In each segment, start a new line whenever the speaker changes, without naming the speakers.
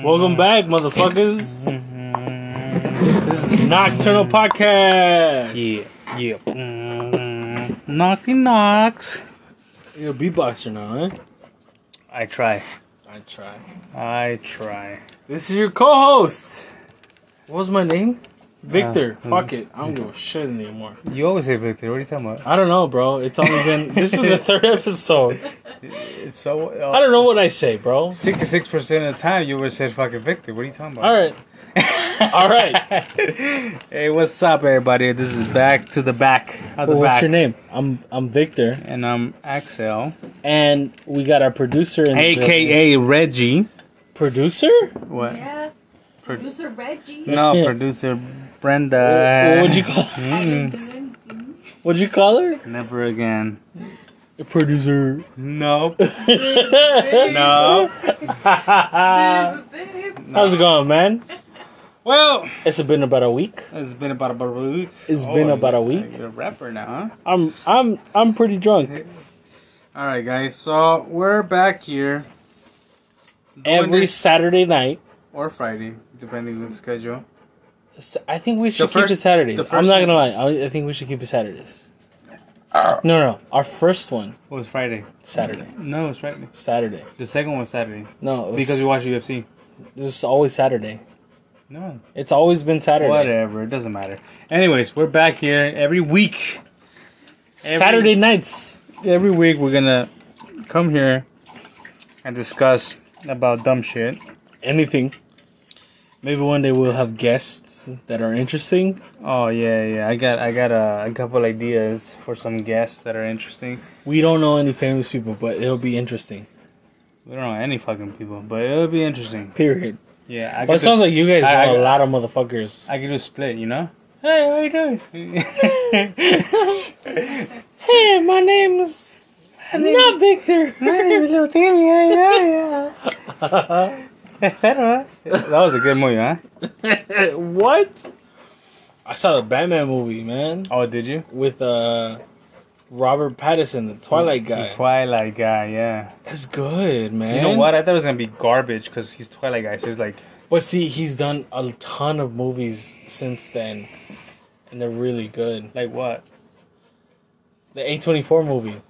Welcome back, motherfuckers. This is Nocturnal Podcast.
Yeah, yeah.
Knocky knocks. You're a beatboxer now, eh?
I try.
I try.
I try.
This is your co-host. What was my name? Victor. Fuck it. I don't give a shit anymore.
You always say Victor. What are you talking about?
I don't know, bro. It's only been this is the third episode.
It's so. uh,
I don't know what I say, bro.
Sixty-six percent of the time, you would say fucking Victor. What are you talking about?
All right. All right.
Hey, what's up, everybody? This is back to the back of the
Well,
back.
what's your name? I'm I'm Victor,
And I'm Axel,
and we got our producer in this building.
aka Reggie.
producer.
What?
Yeah. Producer Reggie.
No,
Yeah.
producer
what
Uh, Brenda.
would you call?
I've been
Mm,
doing things.
What'd you call her?
Never again.
Producer.
Nope.
Babe,
No.
babe, babe.
How's it going, man?
Well,
It's been about a week.
it's been about a week. Oh,
It's been about a week.
You're a rapper now, huh?
I'm I'm I'm pretty drunk.
All right, guys. So we're back here
Every
this-
Saturday night.
or Friday, depending on the schedule.
S- I think we should keep
first-
it Saturdays.
the
I'm
first
not
one-
gonna lie. I, I think we should keep it Saturdays. No, no, our first one
It was Oh, Friday.
Saturday.
No, it was Friday.
Saturday.
The second one was Saturday
No, it was,
because we watched UFC.
it's always Saturday.
No,
It's always been Saturday.
whatever. It doesn't matter. Anyways, we're back here every week. Every-
Saturday nights.
Every week we're gonna come here and discuss about dumb shit.
Anything. Maybe one day we'll have guests that are interesting.
Oh yeah, yeah. I got I got a, a couple ideas for some guests that are interesting.
We don't know any famous people, but it'll be interesting.
We don't know any fucking people, but it'll be interesting.
Period.
Yeah, I
Well, it
get to-
sounds like you guys
I-
know
I-
a lot of motherfuckers.
I can do a split, you know?
hey, how you doing? Hey, my name is not Victor.
that was a good movie, huh?
what? I saw the Batman movie, man,
Oh, did you?
with uh Robert Pattinson, the Twilight guy.
The Twilight guy, yeah.
That's good, man.
You know what? I thought it was gonna be garbage because he's Twilight guy, so he's like,
But see, he's done a ton of movies since then, and they're really good.
like what?
The A24 movie.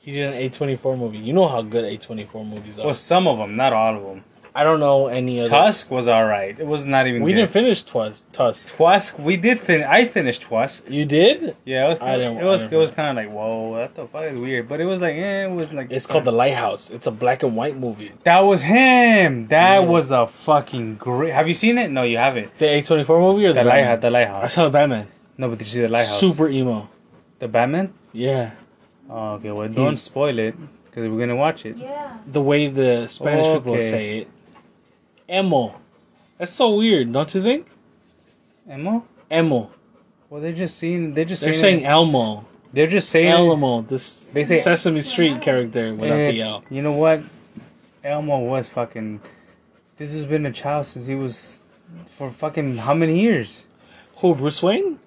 He did an A24 movie. You know how good A24 movies are.
Well, some of them, not all of them.
I don't know any other.
Tusk was all right. It was not even.
We
good.
didn't finish Tusk. Tusk.
Tusk. We did finish. I finished Tusk.
You did?
Yeah, it was.
I didn't-
it was.
I
It
didn't
was kind of like, whoa, what the fuck is weird? But it was like, eh, it was like.
It's called The Lighthouse. It's a black and white movie.
That was him. That
Yeah.
was a fucking great. Have you seen it? No, you haven't.
The A24 movie or the,
The lighthouse.
Batman?
The
I
lighthouse.
saw the Batman.
No, but did you see the lighthouse?
Super emo.
The Batman.
Yeah.
Oh, okay. Well, don't
He's-
spoil it because we're gonna watch it.
Yeah.
The way the Spanish people
Okay.
say it. Emo. That's so weird, don't you think?
Emo?
Emo.
Well, they're just seeing. They're just
They're
saying.
saying Elmo.
they're just saying.
Elmo. This
They say-
Sesame Street character without
Eh,
the L.
You know what? Elmo was fucking. This has been a child since he was, for fucking how many years?
Who, Bruce Wayne?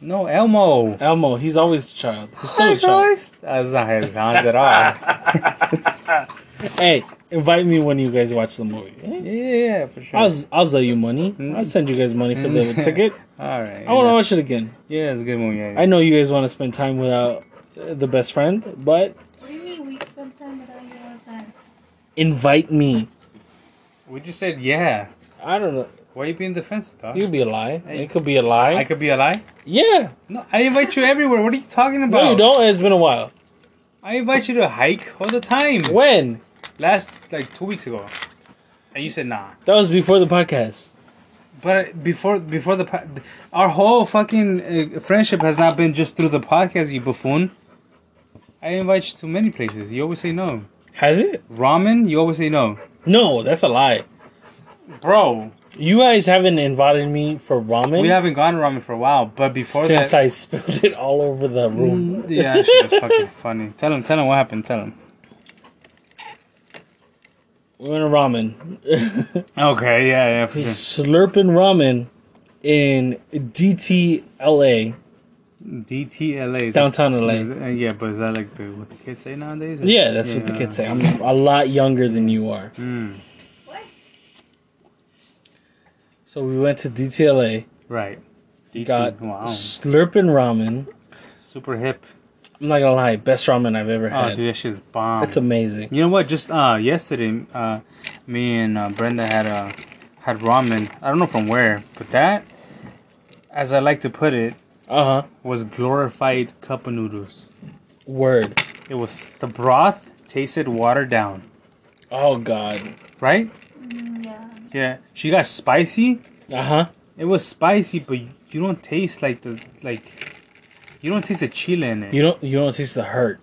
No, Elmo.
Elmo. He's always a child. He's still a child.
That's Uh, not how it sounds at all.
Hey, invite me when you guys watch the movie. eh?
Yeah, yeah, yeah, for sure.
I'll, I'll sell you money.
Mm.
I'll send you guys money for the ticket.
all right.
I want to watch it again.
Yeah, it's a good movie. Yeah,
I know you guys want to spend time without uh, the best friend, but
What do you mean we spend time without you all the time?
invite me.
We just said yeah.
I don't know.
Why are you being defensive, dog?
You'd be a lie.
Hey.
It could be a lie.
I could be a lie.
yeah.
No, I invite you everywhere. What are you talking about?
No, you don't. It's been a while.
I invite you to hike all the time.
When?
Last like two weeks ago, and you said nah.
That was before the podcast.
But before before the po- our whole fucking uh, friendship has not been just through the podcast, you buffoon. I invite you to many places. You always say no.
Has it?
Ramen, you always say no.
No, that's a lie.
Bro,
You guys haven't invited me for ramen
we haven't gone to ramen for a while, but before
since
that, Mm,
I spilled it all over the room.
yeah, that shit was fucking funny. Tell him, tell him what happened. Tell him.
We went to ramen.
Okay, yeah, yeah, for sure.
Slurping ramen in DTLA
DTLA. Is
Downtown LA.
Is, uh, yeah, but is that like the, what the kids say nowadays? or-
Yeah, that's what the kids say. I'm a lot younger than you are.
Mm,
What?
So we went to DTLA,
right. DT,
got
wow.
slurping ramen.
Super hip.
I'm not gonna lie, best ramen I've ever
Oh,
had.
dude, that shit's bomb.
That's amazing.
You know what? Just uh, yesterday, uh, me and uh, Brenda had uh, had ramen. I don't know from where, but that, as I like to put it,
Uh huh.
was glorified cup of noodles.
Word.
It was the broth tasted watered down,
Oh god.
right?
Mm, yeah.
Yeah. She got spicy.
Uh huh.
It was spicy, but you don't taste like the like, you don't taste the chile in it.
You don't. You don't taste the hurt.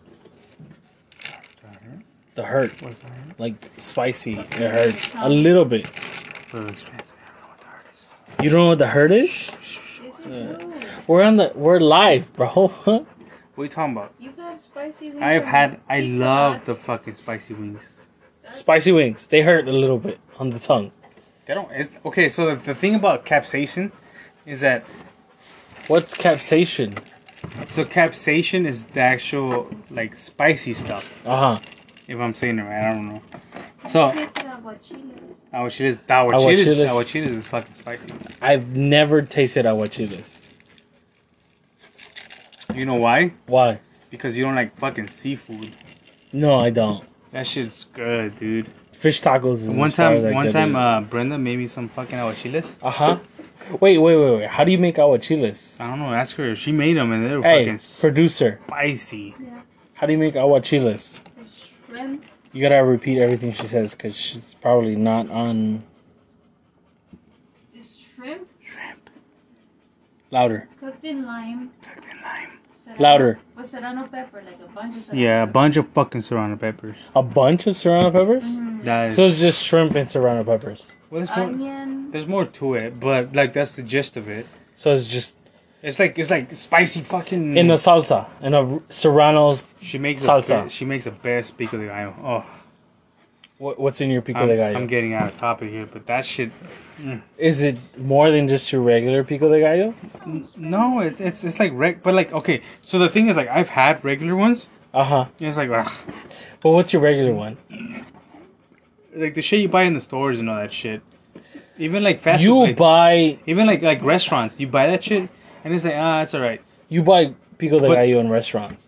The hurt.
What's that?
Like spicy. It hurts a little bit.
Little expensive. I don't know what the heart is.
You don't know what the hurt is?
This is rude.
We're on the. We're live, bro.
What are you talking about?
You've had spicy wings.
I've
and
had. I
pizza
love
hut.
the fucking spicy wings.
Spicy wings. They hurt a little bit on the tongue.
They don't. It's, okay, so the, the thing about capsaicin is that
What's capsation?
so capsaicin is the actual like spicy stuff.
Uh huh.
If I'm saying it right, I don't know.
Have
So-
you tasted aguachiles?
Aguachiles,
Aguachiles.
aguachiles, aguachiles is fucking spicy.
I've never tasted aguachiles.
You know why?
Why?
Because you don't like fucking seafood.
No, I don't.
That shit's good, dude.
Fish tacos is
One time, one time, uh, Brenda made me some fucking aguachiles.
Uh huh. Wait, wait, wait, wait. How do you make aguachiles?
I don't know. Ask her. She made them, and they were
Hey,
fucking
producer.
spicy.
Yeah.
How do you make aguachiles?
It's shrimp.
You gotta repeat everything she says because she's probably not on
It's shrimp
Shrimp
louder,
cooked in lime.
cooked in lime.
serrano-
louder.
With serrano pepper, like a bunch of serrano
Yeah, a
pepper.
bunch of fucking serrano peppers.
A bunch of serrano peppers.
That is.
So it's just shrimp and serrano peppers.
Well, there's more-
Onion.
There's more to it, but like that's the gist of it.
So it's just
It's like it's like spicy fucking.
in a salsa, in a serrano's.
she makes
salsa.
A, ba- she makes a best pico de gallo. Oh,
What, what's in your pico
I'm,
de gallo?
I'm getting out of topic here, but that shit.
Is it more than just your regular pico de gallo?
No, it, it's it's like reg, but like okay. So the thing is, like I've had regular ones.
Uh huh.
and it's like ugh.
But what's your regular one?
like the shit you buy in the stores and all that shit. Even like fast.
you
food, like,
buy
Even like like restaurants, you buy that shit, and it's like ah, it's all right.
you buy pico de
But-
gallo in restaurants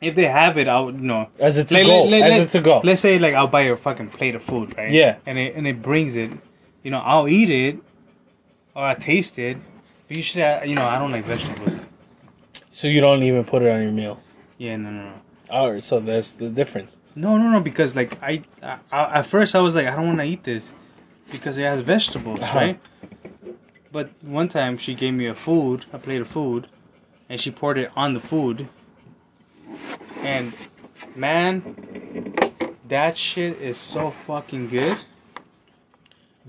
If they have it, I would you know.
as a to
Like,
go.
let- let-
as
let-
a to go.
Let's say like I'll buy a fucking plate of food, right?
Yeah.
And it and it brings it, you know, I'll eat it, or I taste it. But you should, uh, you know, I don't like vegetables.
So you don't even put it on your meal.
Yeah, no, no, no.
All right. So that's the difference.
No, no, no, because like I, I, I at first I was like I don't want to eat this, because it has vegetables,
Uh-huh.
right? But one time she gave me a food, a plate of food, and she poured it on the food. And man, that shit is so fucking good.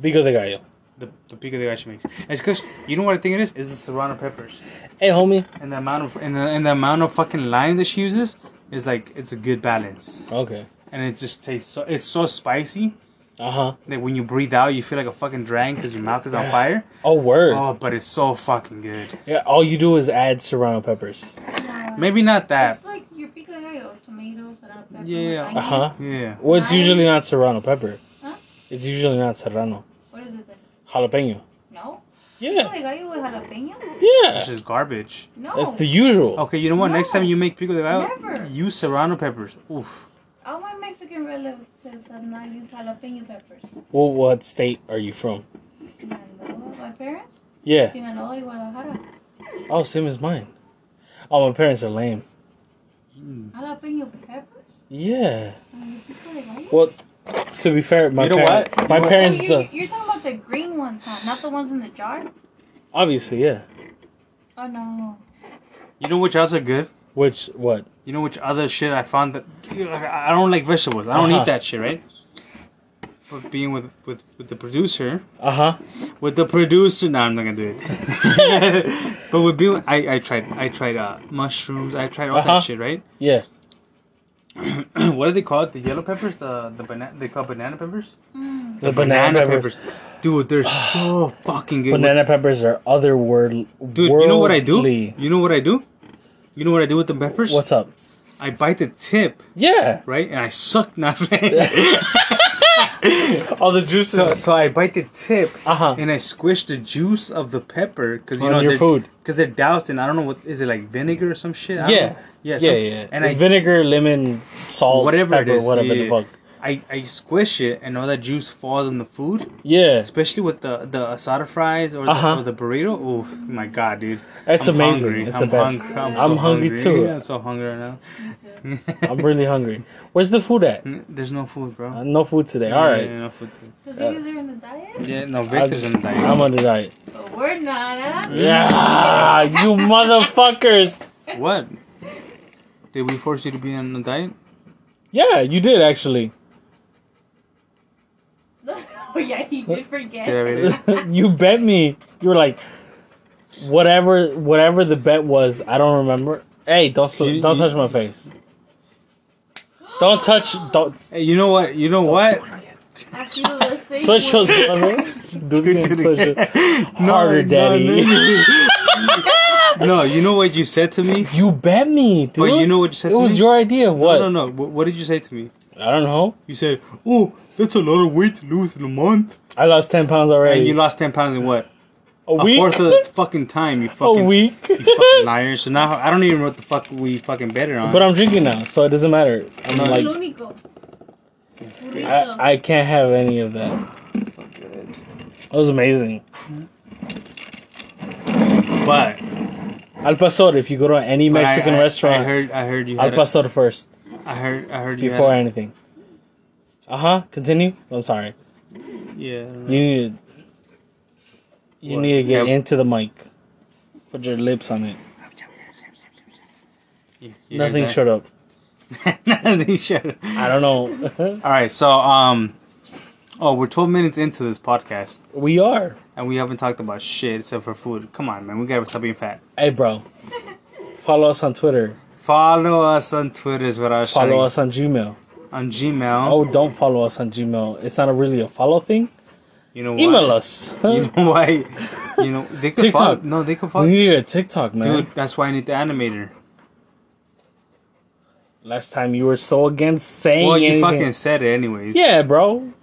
Pico de gallo.
the, the pico de gallo she makes. It's because you know what I think it is? It's the serrano peppers
Hey, homie.
and the amount of and the, and the amount of fucking lime that she uses is like it's a good balance
Okay.
and it just tastes so it's so spicy
Uh huh.
that when you breathe out you feel like a fucking dragon because your mouth is on fire.
Oh word.
Oh, but it's so fucking good.
Yeah. All you do is add serrano peppers.
Yeah.
Maybe not that.
It's like your pico de gallo, tomatoes, serrano pepper.
Yeah. uh-huh.
Uh huh.
Yeah.
Well, it's
Lime.
usually not serrano pepper.
Huh?
It's usually not serrano.
What is it then?
Jalapeno.
No? Pico
Yeah.
de gallo with jalapeno?
This
Yeah.
is garbage.
No.
That's the usual.
Okay, you know what? Next
No.
time you make pico de gallo,
Never.
use serrano peppers. Oof.
All my Mexican relatives have not used jalapeno peppers.
Well, what state are you from?
Sinaloa. My parents?
Yeah.
Sinaloa y Guadalajara.
Oh, same as mine. Oh, my parents are lame.
Jalapeno peppers?
Yeah.
On your pico de gallo?
Well, to be fair, my
You know
parents,
what? You
my
know what?
Oh,
parents,
you,
the
you're talking about the green ones, huh? Not the ones in the jar?
obviously, yeah.
Oh no.
You know which else are good?
Which what?
You know which other shit I found that I don't like vegetables. I don't
Uh-huh.
eat that shit, right? But being with with with the producer,
Uh huh.
with the producer, no, I'm not gonna do it. but with being, I I tried I tried uh, mushrooms. I tried all
Uh-huh.
that shit, right?
Yeah.
what do they call it? The yellow peppers, the the banana. They call banana peppers.
Mm.
The, banana, peppers.
Dude, they're so fucking good.
Banana peppers are otherworld.
Dude, you know what I do? You know what I do? You know what I do with the peppers?
What's up?
I bite the tip,
Yeah.
right? And I suck nothing.
All the
so,
juices.
so I bite the tip
Uh huh.
and I squish the juice of the pepper because you
On
know
your
they're-
food.
Cause they're doused and I don't know what is it like vinegar or some shit. I don't
Yeah.
know. yeah,
Yeah,
some-
yeah.
And
And
I
vinegar, lemon, salt,
Whatever it
pepper,
is,
whatever
yeah,
the fuck.
I, I squish it and all that juice falls on the food,
Yeah,
especially with the the asada fries or the,
Uh-huh.
or the burrito. Oh my god, dude!
that's
I'm
amazing.
hungry.
It's
I'm
the best.
Hungry. I'm,
I'm
so
hungry too.
Yeah, I'm so hungry right now.
Me too.
I'm really hungry. Where's the food at?
Mm, There's no food, bro.
Uh, no food today. All
Yeah,
right,
no food. too.
Because you guys are on a diet?
Yeah, no, Victor's on the diet.
I'm on the diet.
But we're not, ¿eh? huh?
Yeah, you motherfuckers.
What? Did we force you to be on the diet?
Yeah, you did actually.
oh, yeah, he did forget.
Yeah, it is.
you bet me. You were like, whatever, whatever the bet was. I don't remember. Hey, don't sl-
You-
don't
you-
touch my face. Don't touch. Don't
Hey, you know what? You know what?
I feel the same
switch
way.
those. Do it again, switch it.
No,
Harder,
no,
daddy.
No, no, you know what you said to me?
You bet me, dude.
But you know what you said
it
to me?
was your idea. What?
No, no, no. What, what did you say to me?
I don't know.
You said, "Oh, that's a lot of weight to lose in a month,"
I lost ten pounds already.
and you lost ten pounds in what?
a
A
week.
fourth of the fucking time. You
a
fucking,
week.
you fucking liar. So now I don't even know what the fuck we fucking betted on.
But I'm drinking now, so it doesn't matter. I'm
No,
El
like,
único. Burrito.
I, I can't have any of that. It was amazing.
but
Al pastor. If you go to any
but I-
Mexican
I- I
restaurant,
heard, I heard you.
al
Had a,
pastor first
I heard, I heard you.
before
had
anything. Uh huh. Continue. I'm sorry.
a, yeah. I don't know.
You need to, you
What?
need to get
Yeah.
into the mic. Put your lips on it.
You- you heard
Nothing
that?
shut up.
Nothing shut.
I don't know.
All right, so um, oh, we're twelve minutes into this podcast
we are.
and we haven't talked about shit except for food. Come on, man, we gotta stop being fat.
Hey, bro. Follow us on Twitter.
Follow us on Twitter is what I was
Follow
shouting.
us on Gmail.
on Gmail.
Oh, don't follow us on Gmail. It's not a really a follow thing.
you know
Email
why?
us.
You know why? You know they could
TikTok. Mm-hmm.
follow. No, they could
We
follow.
need to get a TikTok, man.
Dude, that's why I need the animator.
Last time you were so against saying
Well, you
anything.
fucking said it anyways.
yeah, bro.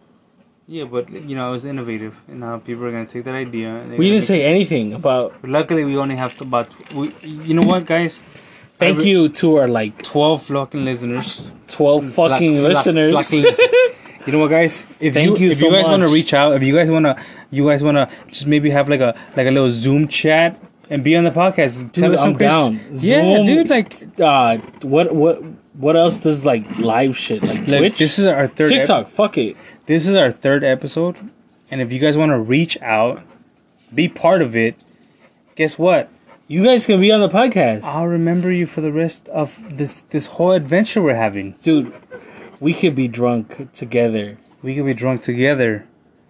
Yeah, but you know it was innovative, and now people are gonna take that idea. and they're
We
gonna
didn't say anything about.
make- Luckily, we only have to about. We, you know what, guys?
Thank
re-
you to our like
Twelve fucking listeners.
twelve
Flock-
fucking
flock-
listeners.
flocking listen- You know what, guys? If
Thank
you,
you
if
so
you guys want to
much.
reach out, if you guys want to, you guys want to just maybe have like a like a little Zoom chat and be on the podcast.
Dude,
some
I'm
crazy-
down.
Yeah,
Zoom,
dude, like,
uh, what what what else does like live shit like,
like,
Twitch?
this is our third ep-
TikTok. fuck it.
this is our third episode, and if you guys want to reach out, be part of it. Guess what?
You guys can be on the podcast,
I'll remember you for the rest of this this whole adventure we're having.
dude. We could be drunk together.
We could be drunk together.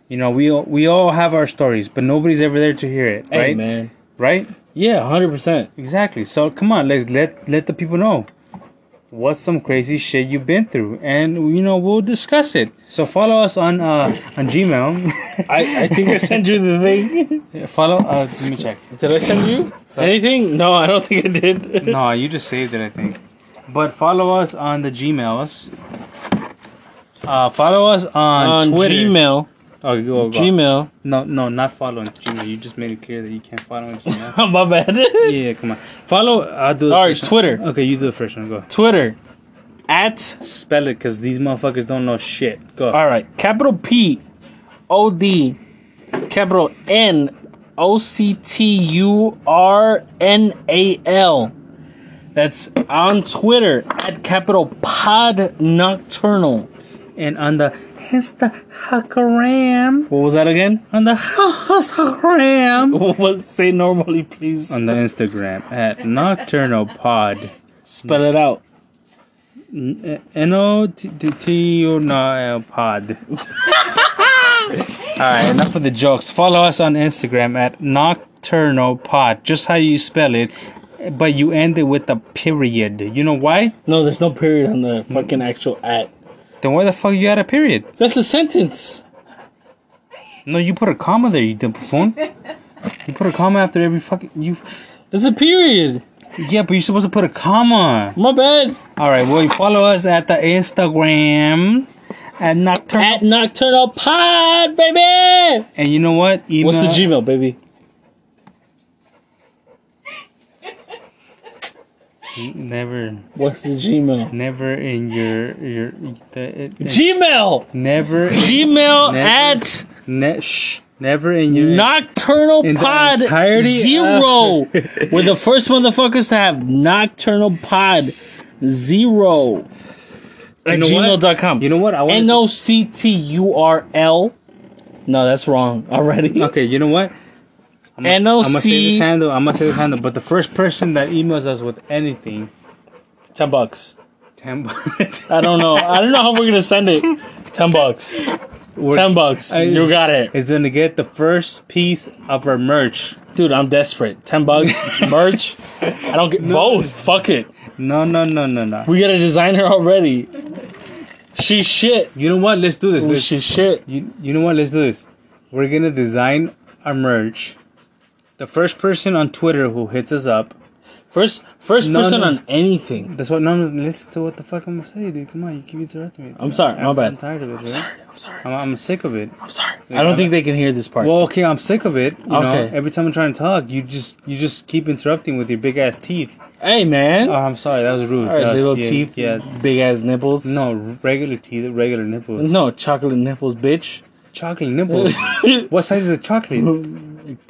You know, we all- we all have our stories, but nobody's ever there to hear it,
Hey,
right?
man.
Right?
Yeah, hundred percent.
Exactly. So come on, let let let the people know what's some crazy shit you've been through, and you know we'll discuss it. So follow us on uh on Gmail.
I, I think I sent you the thing.
follow. Uh, let me check.
Did I send you
So-
anything? No, I don't think I did.
No, you just saved it, I think. But follow us on the Gmails. Uh, follow us on,
on
Twitter.
Gmail.
Oh, go, go.
Gmail.
No, no, not follow on Gmail. You just made it clear that you can't follow on Gmail.
My bad.
yeah, yeah, come on. Follow. I'll do. the
All right,
first
Twitter.
One. Okay, you do the first one. Go. ahead.
Twitter at
Spell it, cause these motherfuckers don't know shit. Go.
all right capital P O D capital N O C T U R N A L. That's on Twitter at capital Pod Nocturnal.
and on the Instagram,
What was that again?
on the Instagram,
What was say normally, please?
on the Instagram at Nocturnal Pod.
Spell it out.
N O T T U N L Pod. All right, enough of the jokes. Follow us on Instagram at Nocturnal Pod. Just how you spell it, but you end it with a period. You know why?
No, there's no period on the fucking actual at.
Then why the fuck you had a period?
That's a sentence.
No, you put a comma there, you dumb buffoon. You put a comma after every fucking you.
That's a period.
Yeah, but you're supposed to put a comma.
My bad.
All right, well, you follow us at the Instagram at Nocturnal.
At Nocturnal Pod, baby.
and you know what? Email,
What's the Gmail, baby?
Never,
What's the Gmail?
never in your your the, it,
Gmail.
never,
Gmail
Never.
at
ne, shh, never in your
Nocturnal
In the
Pod
entirety of-
Zero. We're the first motherfuckers to have Nocturnal Pod Zero at
You know what?
gmail.com.
You know what? I want.
N O C T U R L. No, that's wrong already.
Okay, you know what? I'm gonna, I'm gonna say
NOC.
this handle. I'm gonna say this handle. But the first person that emails us with anything,
10 bucks.
ten bucks.
I don't know. I don't know how we're going to send it. 10 bucks. 10 bucks.
I-
you got it.
Is gonna get the first piece of our merch.
Dude, I'm desperate. 10 bucks, merch. I don't get both. Fuck it.
No, no, no, no, no.
We got a designer already. She shit.
You know what? Let's do this. Let's,
She Oh, shit.
you, you know what? Let's do this. We're gonna design our merch. The first person on Twitter who hits us up.
First first
No,
person
no.
on anything.
That's what. No, no. Listen to what the fuck I'm gonna say, dude. Come on, you keep interrupting me.
I'm sorry, my
I'm,
bad.
I'm tired of it. I'm
Sorry, I'm sorry.
I'm, I'm sick of it.
I'm sorry. I don't think they can hear this part.
Well, okay, I'm sick of it. You
Okay.
know, every time I'm trying to talk, you just you just keep interrupting with your big ass teeth.
hey man.
Oh, I'm sorry, that was rude.
All right,
That was-
little
yeah,
teeth,
Yeah.
big ass nipples.
No, regular teeth, regular nipples.
no chocolate nipples, bitch.
Chocolate nipples. what size is the chocolate?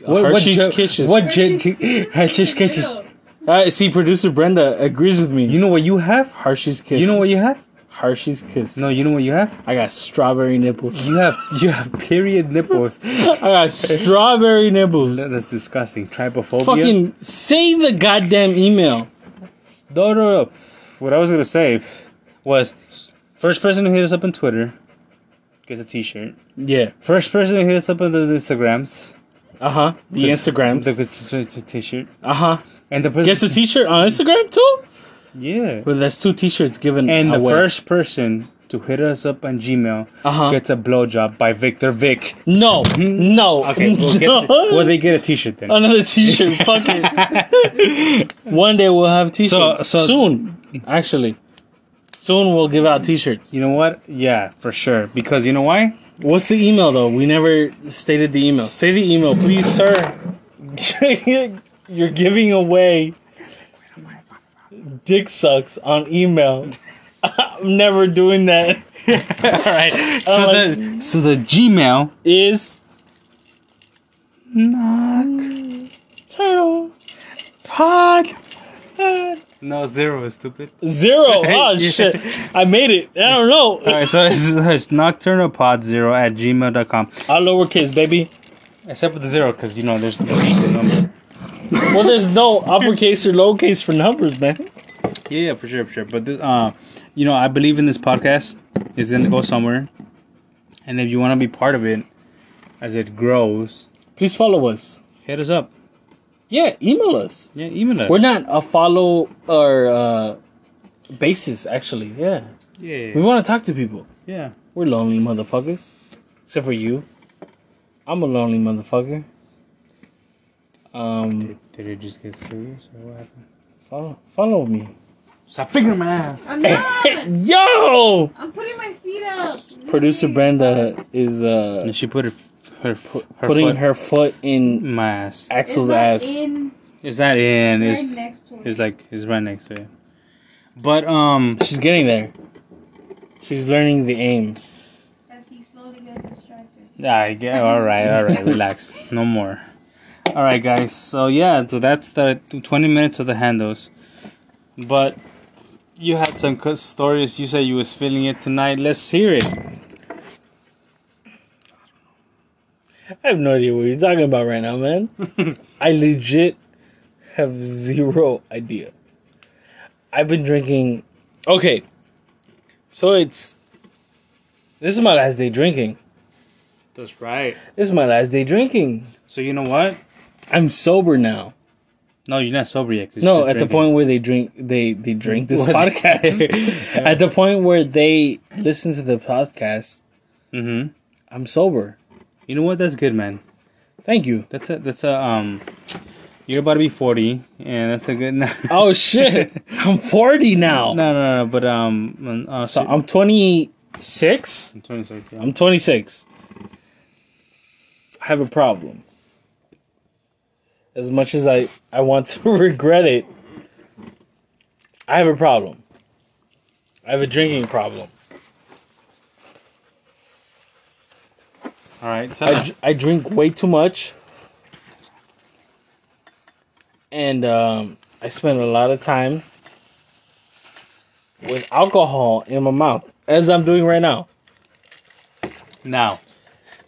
What, Hershey's
jo-
Kisses.
What j-
Hershey's
Hershey's Kisses?
Uh, see, producer Brenda agrees with me.
You know what you have?
Hershey's Kisses.
You know what you have?
Hershey's Kisses.
No, you know what you have?
I got strawberry nipples.
You have you have period nipples.
I got strawberry nipples.
That- That's disgusting. Trypophobia.
Fucking say the goddamn email.
No, no, no. What I was gonna say was, first person to hit us up on Twitter gets a T-shirt.
Yeah.
First person to hit us up on the Instagrams
Uh huh. The Instagrams.
the- gets a T-shirt.
uh huh.
And the person,
Guess the T-shirt on Instagram too.
yeah.
Well, that's two T-shirts given
And the
away.
first person to hit us up on Gmail
Uh-huh.
gets a blowjob by Victor Vic.
No, no.
Mm-hmm. Okay, well,
no.
gets, well they get a T-shirt then.
Another T-shirt. Fuck it. One day we'll have T-shirts.
so-
soon, actually, soon we'll give out T-shirts.
You know what? Yeah, for sure. Because you know why?
What's the email though? We never stated the email. Say the email, please, sir. You're giving away dick sucks on email. I'm never doing that.
All right. So
Oh,
the so the Gmail
Is
knock
turtle
pod. No zero, stupid.
zero? Oh
Yeah.
shit! I made it. I don't know.
All right, so it's, it's nocturnal pod zero at gmail.com.
All lowercase, baby.
Except with the zero, because you know there's there's a number.
Well, there's no uppercase or lowercase for numbers, man.
Yeah, yeah, for sure, for sure. But this, uh, you know, I believe in this podcast. It's gonna go somewhere, and if you want to be part of it as it grows,
Please follow us.
hit us up.
Yeah, email us.
Yeah, email us.
We're not a follow or uh, basis, actually. Yeah, we
Yeah,
want to talk to people.
yeah.
We're lonely motherfuckers, except for you. I'm a lonely motherfucker. Um,
Did it just get serious or what happened?
follow, follow me.
Stop fingering my ass.
I'm not.
Yo,
I'm putting my feet up.
producer Brenda is uh
And she put her her, her
putting
foot
her foot in
in my ass.
It's
Axel's
not
ass.
in
It's not in.
right
It's
next to
it's
it.
like it's right next to it. But um,
She's getting there. She's learning the aim.
As he slowly gets distracted.
I get, all right, all right, relax. No more. All right, guys. So yeah, so that's the 20 minutes of the handles. But you had some good stories. You said you was feeling it tonight. Let's hear it.
I have no idea what you're talking about right now, man. I legit have zero idea. I've been drinking. Okay. So it's. This is my last day drinking.
That's right.
This is my last day drinking.
So you know what?
I'm sober now.
No, you're not sober yet. 'cause
No,
you're
at the
drinking.
point where they drink, they they drink this
What?
podcast. at the point where they listen to the podcast,
Mhm.
I'm sober.
You know what? That's good, man.
Thank you.
That's a that's a um You're about to be 40, and that's a good. No, no,
Oh shit! I'm 40 now.
no, no, but um, uh,
So I'm 26.
26. yeah.
I'm 26. I have a problem. As much as I I want to regret it, I have a problem. I have a drinking problem.
All right, tell
I,
us.
dr- I drink way too much, and um, I spend a lot of time with alcohol in my mouth, as I'm doing right now.
Now,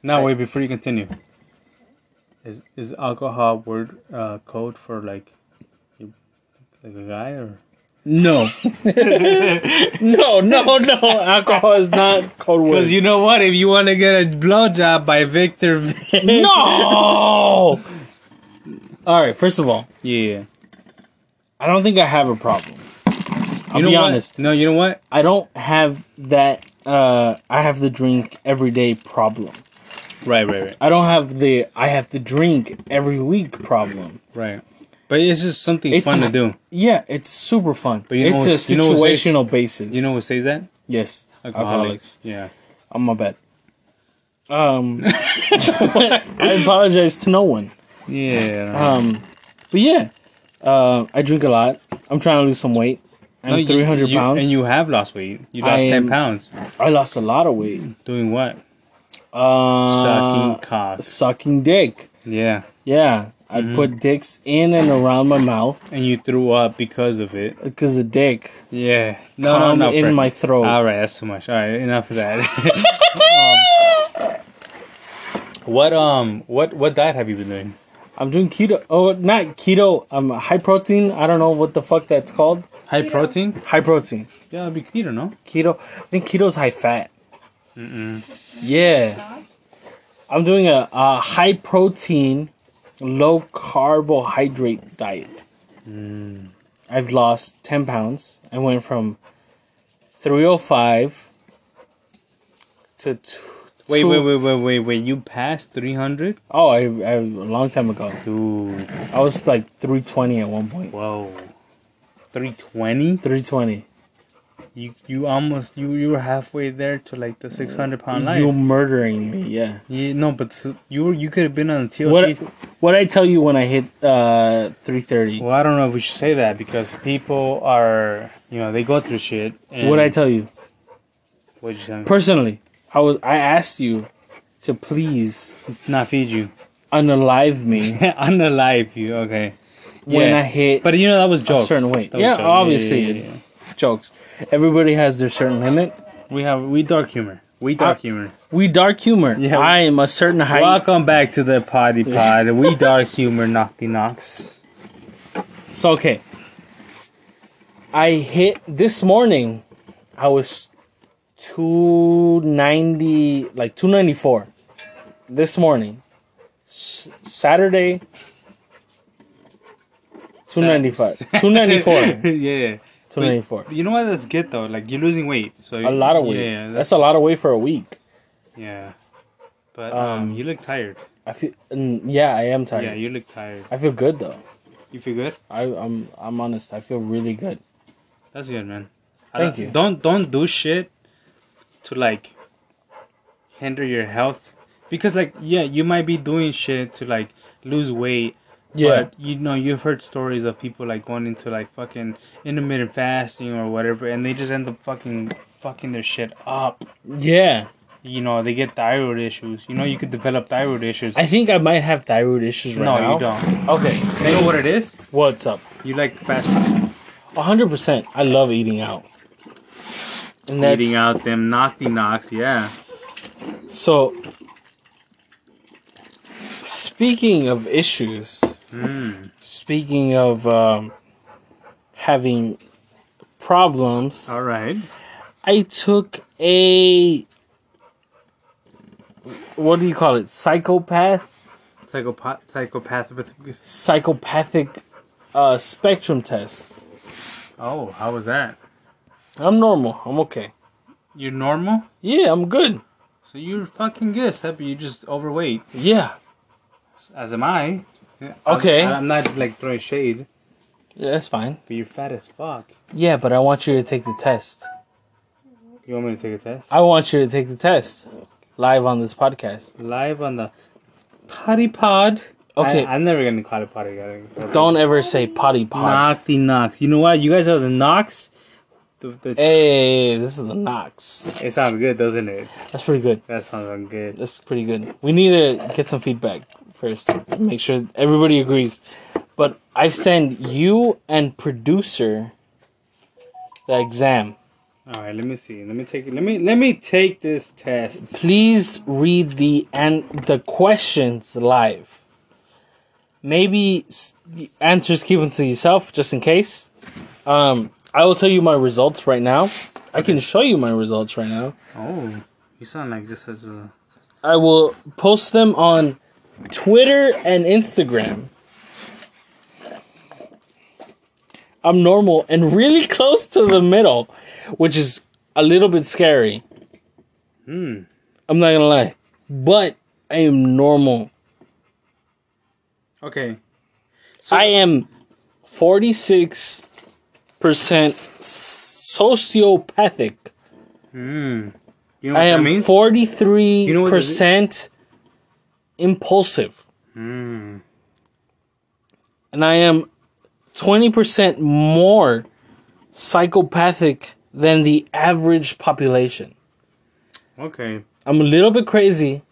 now wait before you continue. Is is alcohol word uh, code for like, you, like a guy or?
No, no, no, no. Alcohol is not code word.
Because you know what? If you want to get a blowjob by Victor, V-
no. All right. First of all,
yeah.
I don't think I have a problem. I'll
You know
be
what?
honest.
No, you know what?
I don't have that. Uh, I have the drink every day problem.
Right, right, right,
I don't have the I have to drink every week problem.
right. But it's just something
It's
fun to do.
Yeah, it's super fun.
But you know
it's
what's-
a
you know what's nice?
situational basis.
You know who says that?
yes, alcoholics.
Yeah.
On my bad. Um, I apologize to no one.
Yeah.
Um, but yeah, uh, I drink a lot. I'm trying to lose some weight. I'm
No, you-
300
you-
pounds.
And you have lost weight. You lost
I am-
10 pounds.
I lost a lot of weight.
Doing what?
Uh,
Sucking cocks.
sucking dick.
Yeah.
Yeah, I
Mm-hmm.
put dicks in and around my mouth
And you threw up because of it.
because of dick.
Yeah. No,
Cum
no, no.
in
Fred.
my throat.
All right, that's too much. All right, enough of that. um, what um what what diet have you been doing?
I'm doing keto. Oh, not keto. I'm high protein. I don't know what the fuck that's called.
High
Keto.
protein?
High protein.
Yeah, it'd be keto, no?
Keto. I think keto's high fat. Mm-mm. Yeah. I'm doing a, a high protein, low carbohydrate diet.
Mm.
I've lost 10 pounds. I went from 305 to. T-
Wait,
two-
wait, wait, wait, wait, wait. You passed 300?
Oh, I, I, a long time ago.
Dude,
I was like 320 at one point.
whoa. 320?
320.
You you almost you you were halfway there to like the 600 pound life.
You murdering me, yeah.
Yeah, no, but s- you were, you could have been on the TLC.
What what I tell you when I hit uh 330?
Well, I don't know if we should say that because people are, you know, they go through shit. And
What I tell you
What'd you say?
personally, I was I asked you to please
Not feed you.
unalive me
Unalive you. Okay.
when
Yeah.
I hit
But you know that was jokes.
certain weight.
That was
Yeah,
jokes.
obviously.
yeah, yeah.
jokes. Everybody has their certain limit.
We have we dark humor. We dark
Uh,
humor.
We dark humor.
Yeah.
I am a certain height.
Welcome back to the potty pod. we dark humor knocky knocks.
So okay. I hit this morning. I was 290 like 294 this morning. S- Saturday 295 294
yeah.
294.
You know what? That's good though. Like you're losing weight, so
A lot of weight.
Yeah,
that's, a lot of weight for a week.
yeah. But
Um,
um, you look tired.
I feel mm, yeah, I am tired.
Yeah, you look tired.
I feel good though.
You feel good?
I, I'm I'm honest. I feel really good.
That's good, man. I
Thank
don't-
you.
Don't don't do shit to like hinder your health because like yeah, you might be doing shit to like lose weight.
Yeah.
But you know, you've heard stories of people like going into like fucking intermittent fasting or whatever and they just end up fucking fucking their shit up.
yeah.
You know, they get thyroid issues. You know, you could develop thyroid issues.
I think I might have thyroid issues right
no,
now.
you don't.
Okay.
You know what it is?
What's up?
You like fast
A hundred percent. I love eating out. And that's
eating out them knocky knocks, yeah.
so. Speaking of issues,
Mm.
speaking of um, having problems,
All right.
I took a what do you call it? Psychopath,
Psychopath, psychopath.
psychopathic uh, spectrum test.
Oh, how was that?
I'm normal. I'm okay.
You're normal,
Yeah, I'm good.
so you're fucking good, except you're just overweight.
Yeah,
As am I.
Okay.
I'm, I'm not like throwing shade,
Yeah, that's fine.
but you're fat as fuck.
Yeah, but I want you to take the test.
You want me to take a test?
I want you to take the test live on this podcast.
Live on the potty pod.
Okay.
I, am never gonna call it potty again.
Don't ever say potty pod.
knock the knocks. You know what? You guys are the knocks. The, the
Hey, this is the Knox.
It sounds good, doesn't it?
That's pretty good.
That sounds good.
That's pretty good. We need to get some feedback first. Make sure everybody agrees. But I send you and producer the exam.
All right, let me see. Let me take. Let me let me take this test.
Please read the and the questions live. Maybe s- answers keep them to yourself just in case. Um, I will tell you my results right now. I can show you my results right now.
Oh, you sound like just such a.
I will post them on Twitter and Instagram. I'm normal and really close to the middle, which is a little bit scary.
Hmm.
I'm not gonna lie. But I am normal.
Okay.
I am 46% sociopathic.
Hmm. You know what
I
that
am
means?
43%
You know what that
impulsive.
Hmm.
and I am 20% more psychopathic than the average population.
Okay.
I'm a little bit crazy,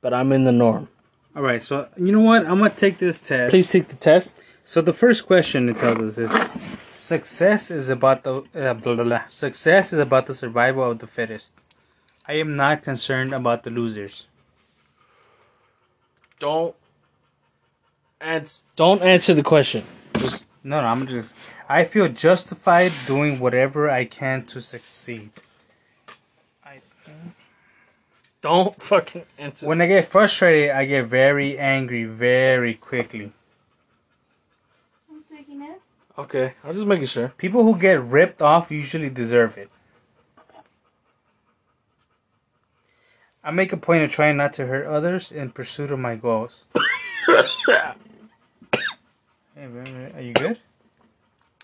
but I'm in the norm.
All right. So you know what? I'm gonna take this test.
Please take the test.
So the first question it tells us is, success is about the uh, blah, blah, blah. success is about the survival of the fittest. I am not concerned about the losers.
Don't ans- don't answer the question. Just
No, no, I'm just. I feel justified doing whatever I can to succeed.
don't fucking answer.
When I get frustrated, I get very angry very quickly.
I'm taking it.
okay, I'm just making sure.
People who get ripped off usually deserve it. I make a point of trying not to hurt others in pursuit of my goals. hey, man, are you good?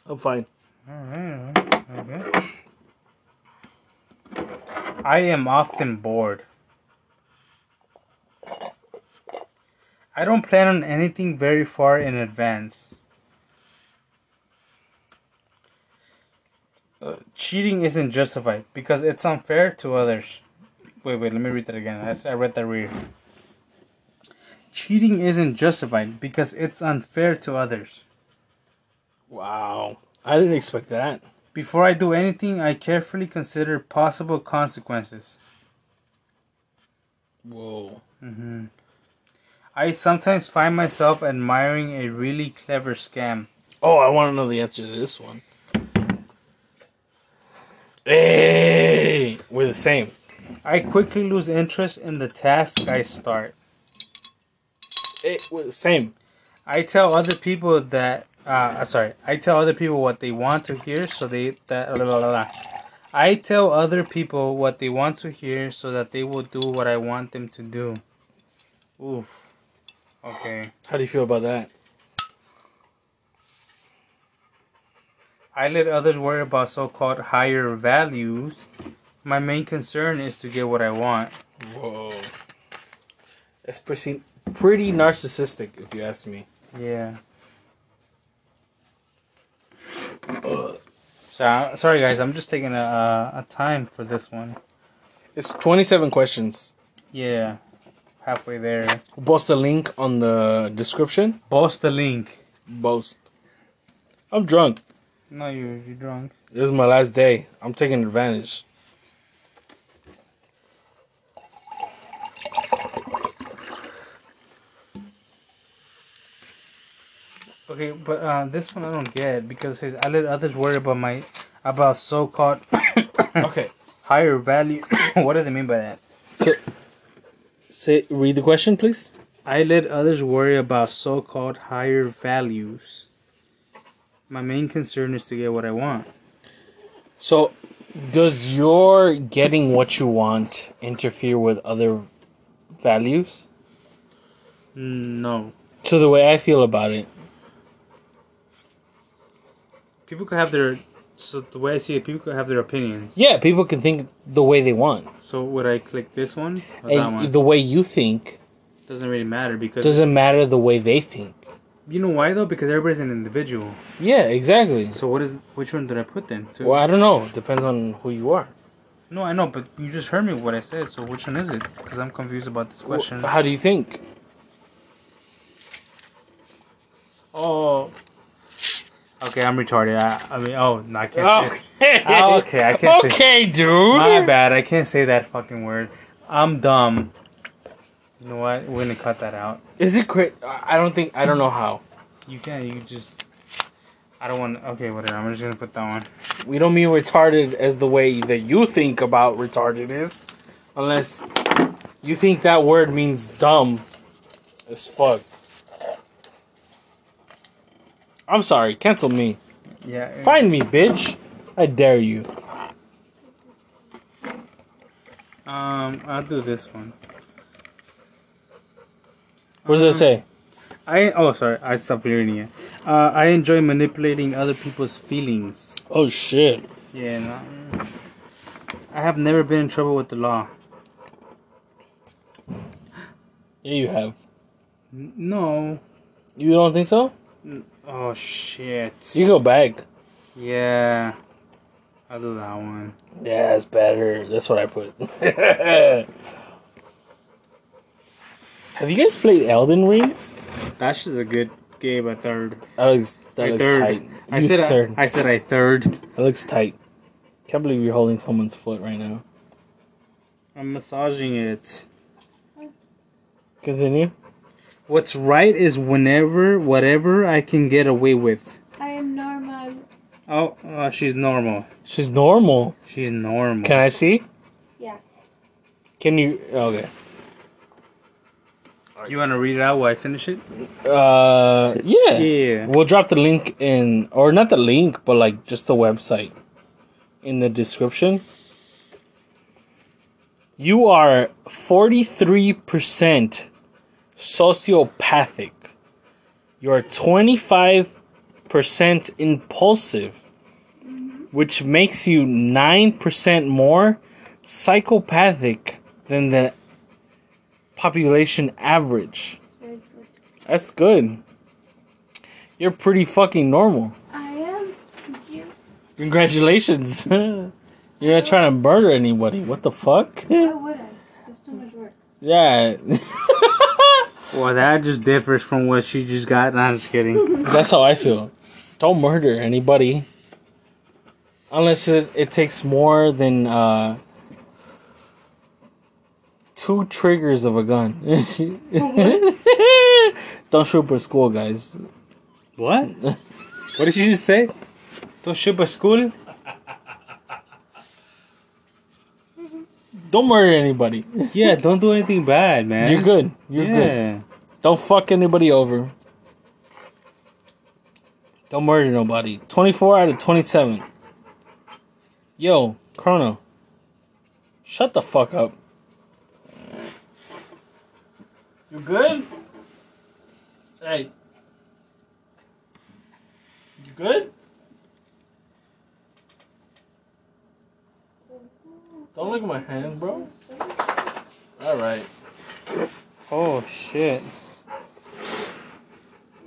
I'm fine.
Alright, alright, okay. I am often bored. I don't plan on anything very far in advance. Uh, Cheating isn't justified because it's unfair to others. Wait, wait, let me read that again. I, s- I read that weird. Cheating isn't justified because it's unfair to others.
Wow. I didn't expect that.
Before I do anything, I carefully consider possible consequences.
Whoa.
hmm I sometimes find myself admiring a really clever scam.
Oh, I want to know the answer to this one. Hey, we're the same.
I quickly lose interest in the task I start.
Hey, we're the same.
I tell other people that. Uh, sorry, I tell other people what they want to hear, so they that. la, la, la, la. I tell other people what they want to hear, so that they will do what I want them to do. Oof. Okay.
How do you feel about that?
I let others worry about so called higher values. My main concern is to get what I want.
Whoa. That's pretty, pretty narcissistic, if you ask me.
Yeah. So, sorry, guys, I'm just taking a, a, a time for this one.
It's 27 questions.
Yeah. Halfway there.
We'll post the link on the description.
Post the link.
Boast. I'm drunk.
No, you, you're drunk.
This is my last day. I'm taking advantage.
Okay, but uh, this one I don't get because it says I let others worry about my about so called
okay.
higher value. what do they mean by that?
So, say, read the question, please.
I let others worry about so called higher values. My main concern is to get what I want.
So, does your getting what you want interfere with other values?
No.
to the way I feel about it.
People could have their. So the way I see it, people could have their opinions.
Yeah, people can think the way they want,
So would I click this one or that
and
one?
the way you think
Doesn't really matter because
doesn't matter the way they think.
you know why though? Because everybody's an individual.
Yeah, exactly.
So what is which one did I put then? So-
Well, I don't know. Depends on who you are.
No, I know, but you just heard me what I said. So which one is it? Because I'm confused about this question.
How do you think?
Oh. Okay, I'm retarded. I, I mean, oh, no, I can't say.
Okay.
Ah, okay, I can't say-
Okay, dude.
My bad. I can't say that fucking word. I'm dumb. You know what? We're gonna cut that out.
Is it cra I I don't think. I don't know how.
You can. You just. I don't want. Okay, whatever. I'm just gonna put that one.
We don't mean retarded as the way that you think about retarded is, unless you think that word means dumb as fuck. I'm sorry. Cancel me.
Yeah.
Find me, bitch. I dare you.
Um, I'll do this one.
What
Mm-hmm.
does it say?
I oh sorry, I stopped reading it. Uh, I enjoy manipulating other people's feelings.
Oh shit.
Yeah. No. I have never been in trouble with the law.
Yeah, you have.
N- No.
You don't think so?
Oh shit.
You go back.
Yeah. I'll do that one.
Yeah, it's better. That's what I put. have you guys played Elden Rings?
That's just a good game. I third.
That looks that
I
looks
third.
tight.
I
You
said
third.
I, I said I third.
That looks tight. Can't believe you're holding someone's foot right now.
I'm massaging it.
Continue.
What's right is whenever, whatever I can get away with.
I am normal.
Oh, uh, she's normal.
She's normal.
She's normal.
Can I see?
Yeah.
Can you? Okay.
You want to read it out while I finish it?
Uh, yeah.
Yeah.
We'll drop the link in, or not the link, but like just the website in the description. You are 43% sociopathic. You are 25% impulsive, which makes you 9% more psychopathic than the population average.
It's very good.
That's good. You're pretty fucking normal.
I am. Thank you.
Congratulations. You're not trying to murder anybody. What the fuck?
Why would I? It's too much work.
yeah.
Well, that just differs from what she just got. No, I'm just kidding.
That's how I feel. Don't murder anybody. Unless it, it takes more than uh, two triggers of a gun. Don't shoot for school, guys.
what? What did you just say? Don't shoot by school?
Don't murder anybody.
Yeah, don't do anything bad, man.
You're good. You're good.
yeah.
Don't fuck anybody over. Don't murder nobody. 24 out of 27. Yo, Chrono. Shut the fuck up. You good? Hey. You good? Don't look at my hands, bro. Alright.
Oh shit.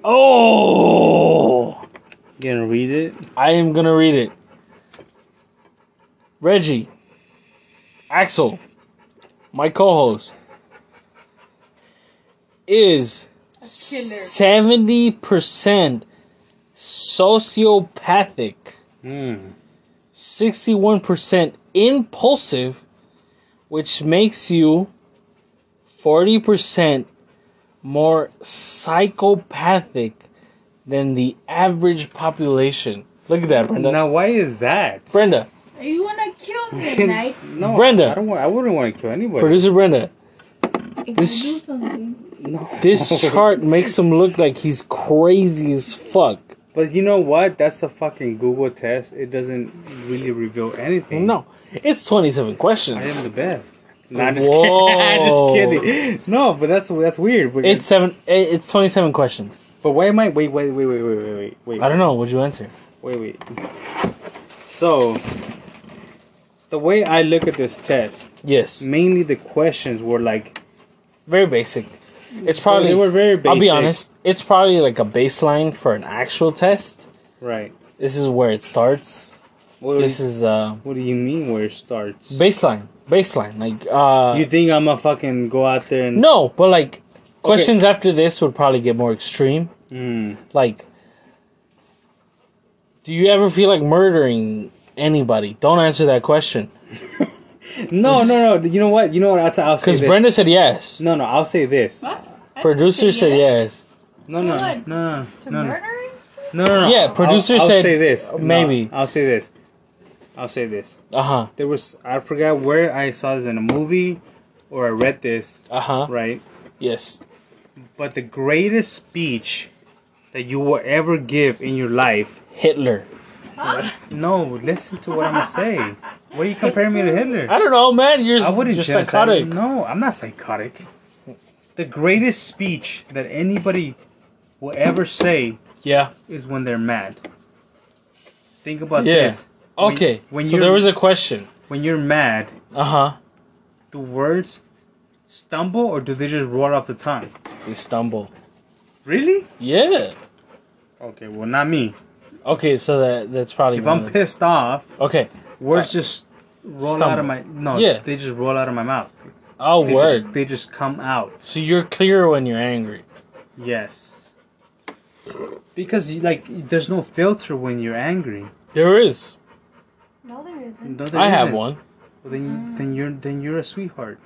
Oh!
You gonna read it?
I am gonna read it. Reggie, Axel, my co-host, is seventy percent sociopathic,
Hmm.
sixty-one percent impulsive, which makes you forty percent more psychopathic than the average population. Look at that, Brenda.
Now why is that?
Brenda,
Are you gonna kill me at night?
No,
Brenda.
I don't want. I wouldn't want to kill anybody.
producer Brenda,
If
This-
you do something,
No.
this chart makes him look like he's crazy as fuck.
But you know what? That's a fucking Google test. It doesn't really reveal anything.
No, it's 27
I am
questions.
the best. No, I'm just, kidding. just
Whoa.
kidding. No, but that's that's weird. But
It's seven. it- It's twenty-seven questions.
but why am I? Wait, wait, wait, wait, wait, wait, wait, wait.
I don't know. What'd you answer?
Wait, wait. So, the way I look at this test,
Yes.
mainly the questions were like
Very basic. It's probably.
they were very basic.
I'll be honest. It's probably like a baseline for an actual test.
Right.
This is where it starts.
What,
This
do, you,
is uh
what do you mean where it starts?
baseline. Baseline. Like uh.
you think I'm gonna fucking go out there and
No, but like questions after this would probably get more extreme.
Mm,
Like, do you ever feel like murdering anybody? Don't answer that question
No, no, no. You know what? You know what? I'll, t- I'll say
because
this.
Brenda said yes.
No, no. I'll say this.
What? I
Producer
didn't say
said yes.
No, no, no,
Good.
no,
To
no, no,
murdering?
no, no, no.
Yeah,
I'll-
producer
I'll,
said
say this. No,
maybe.
I'll say this. I'll say this.
Uh huh.
There was I forgot where I saw this in a movie, or I read this
Uh huh.
right.
Yes.
But the greatest speech that you will ever give in your life.
Hitler.
Huh?
No, listen to what I'm gonna say. Why are you comparing me to Hitler?
I don't know, man. You're,
I wouldn't
you're
genocide-
psychotic.
No, I'm not psychotic. The greatest speech that anybody will ever say
Yeah.
is when they're mad. Think about
Yeah.
this. When-
okay.
when
so
you're-
there was a question.
When you're mad,
Uh huh.
do words stumble or do they just roll off the tongue?
You stumble.
Really?
Yeah.
Okay, well not me.
Okay. So that that's probably.
If
one
I'm
of the-
pissed off,
okay.
words just roll out
stumble.
of my no,
Yeah.
they just roll out of my mouth.
Oh,
They
word.
Just, they just come out.
so you're clear when you're angry.
Yes. Because like there's no filter when you're angry.
There is.
No, there isn't.
No, there
I have
isn't.
one.
Well, then, then you're then you're a sweetheart.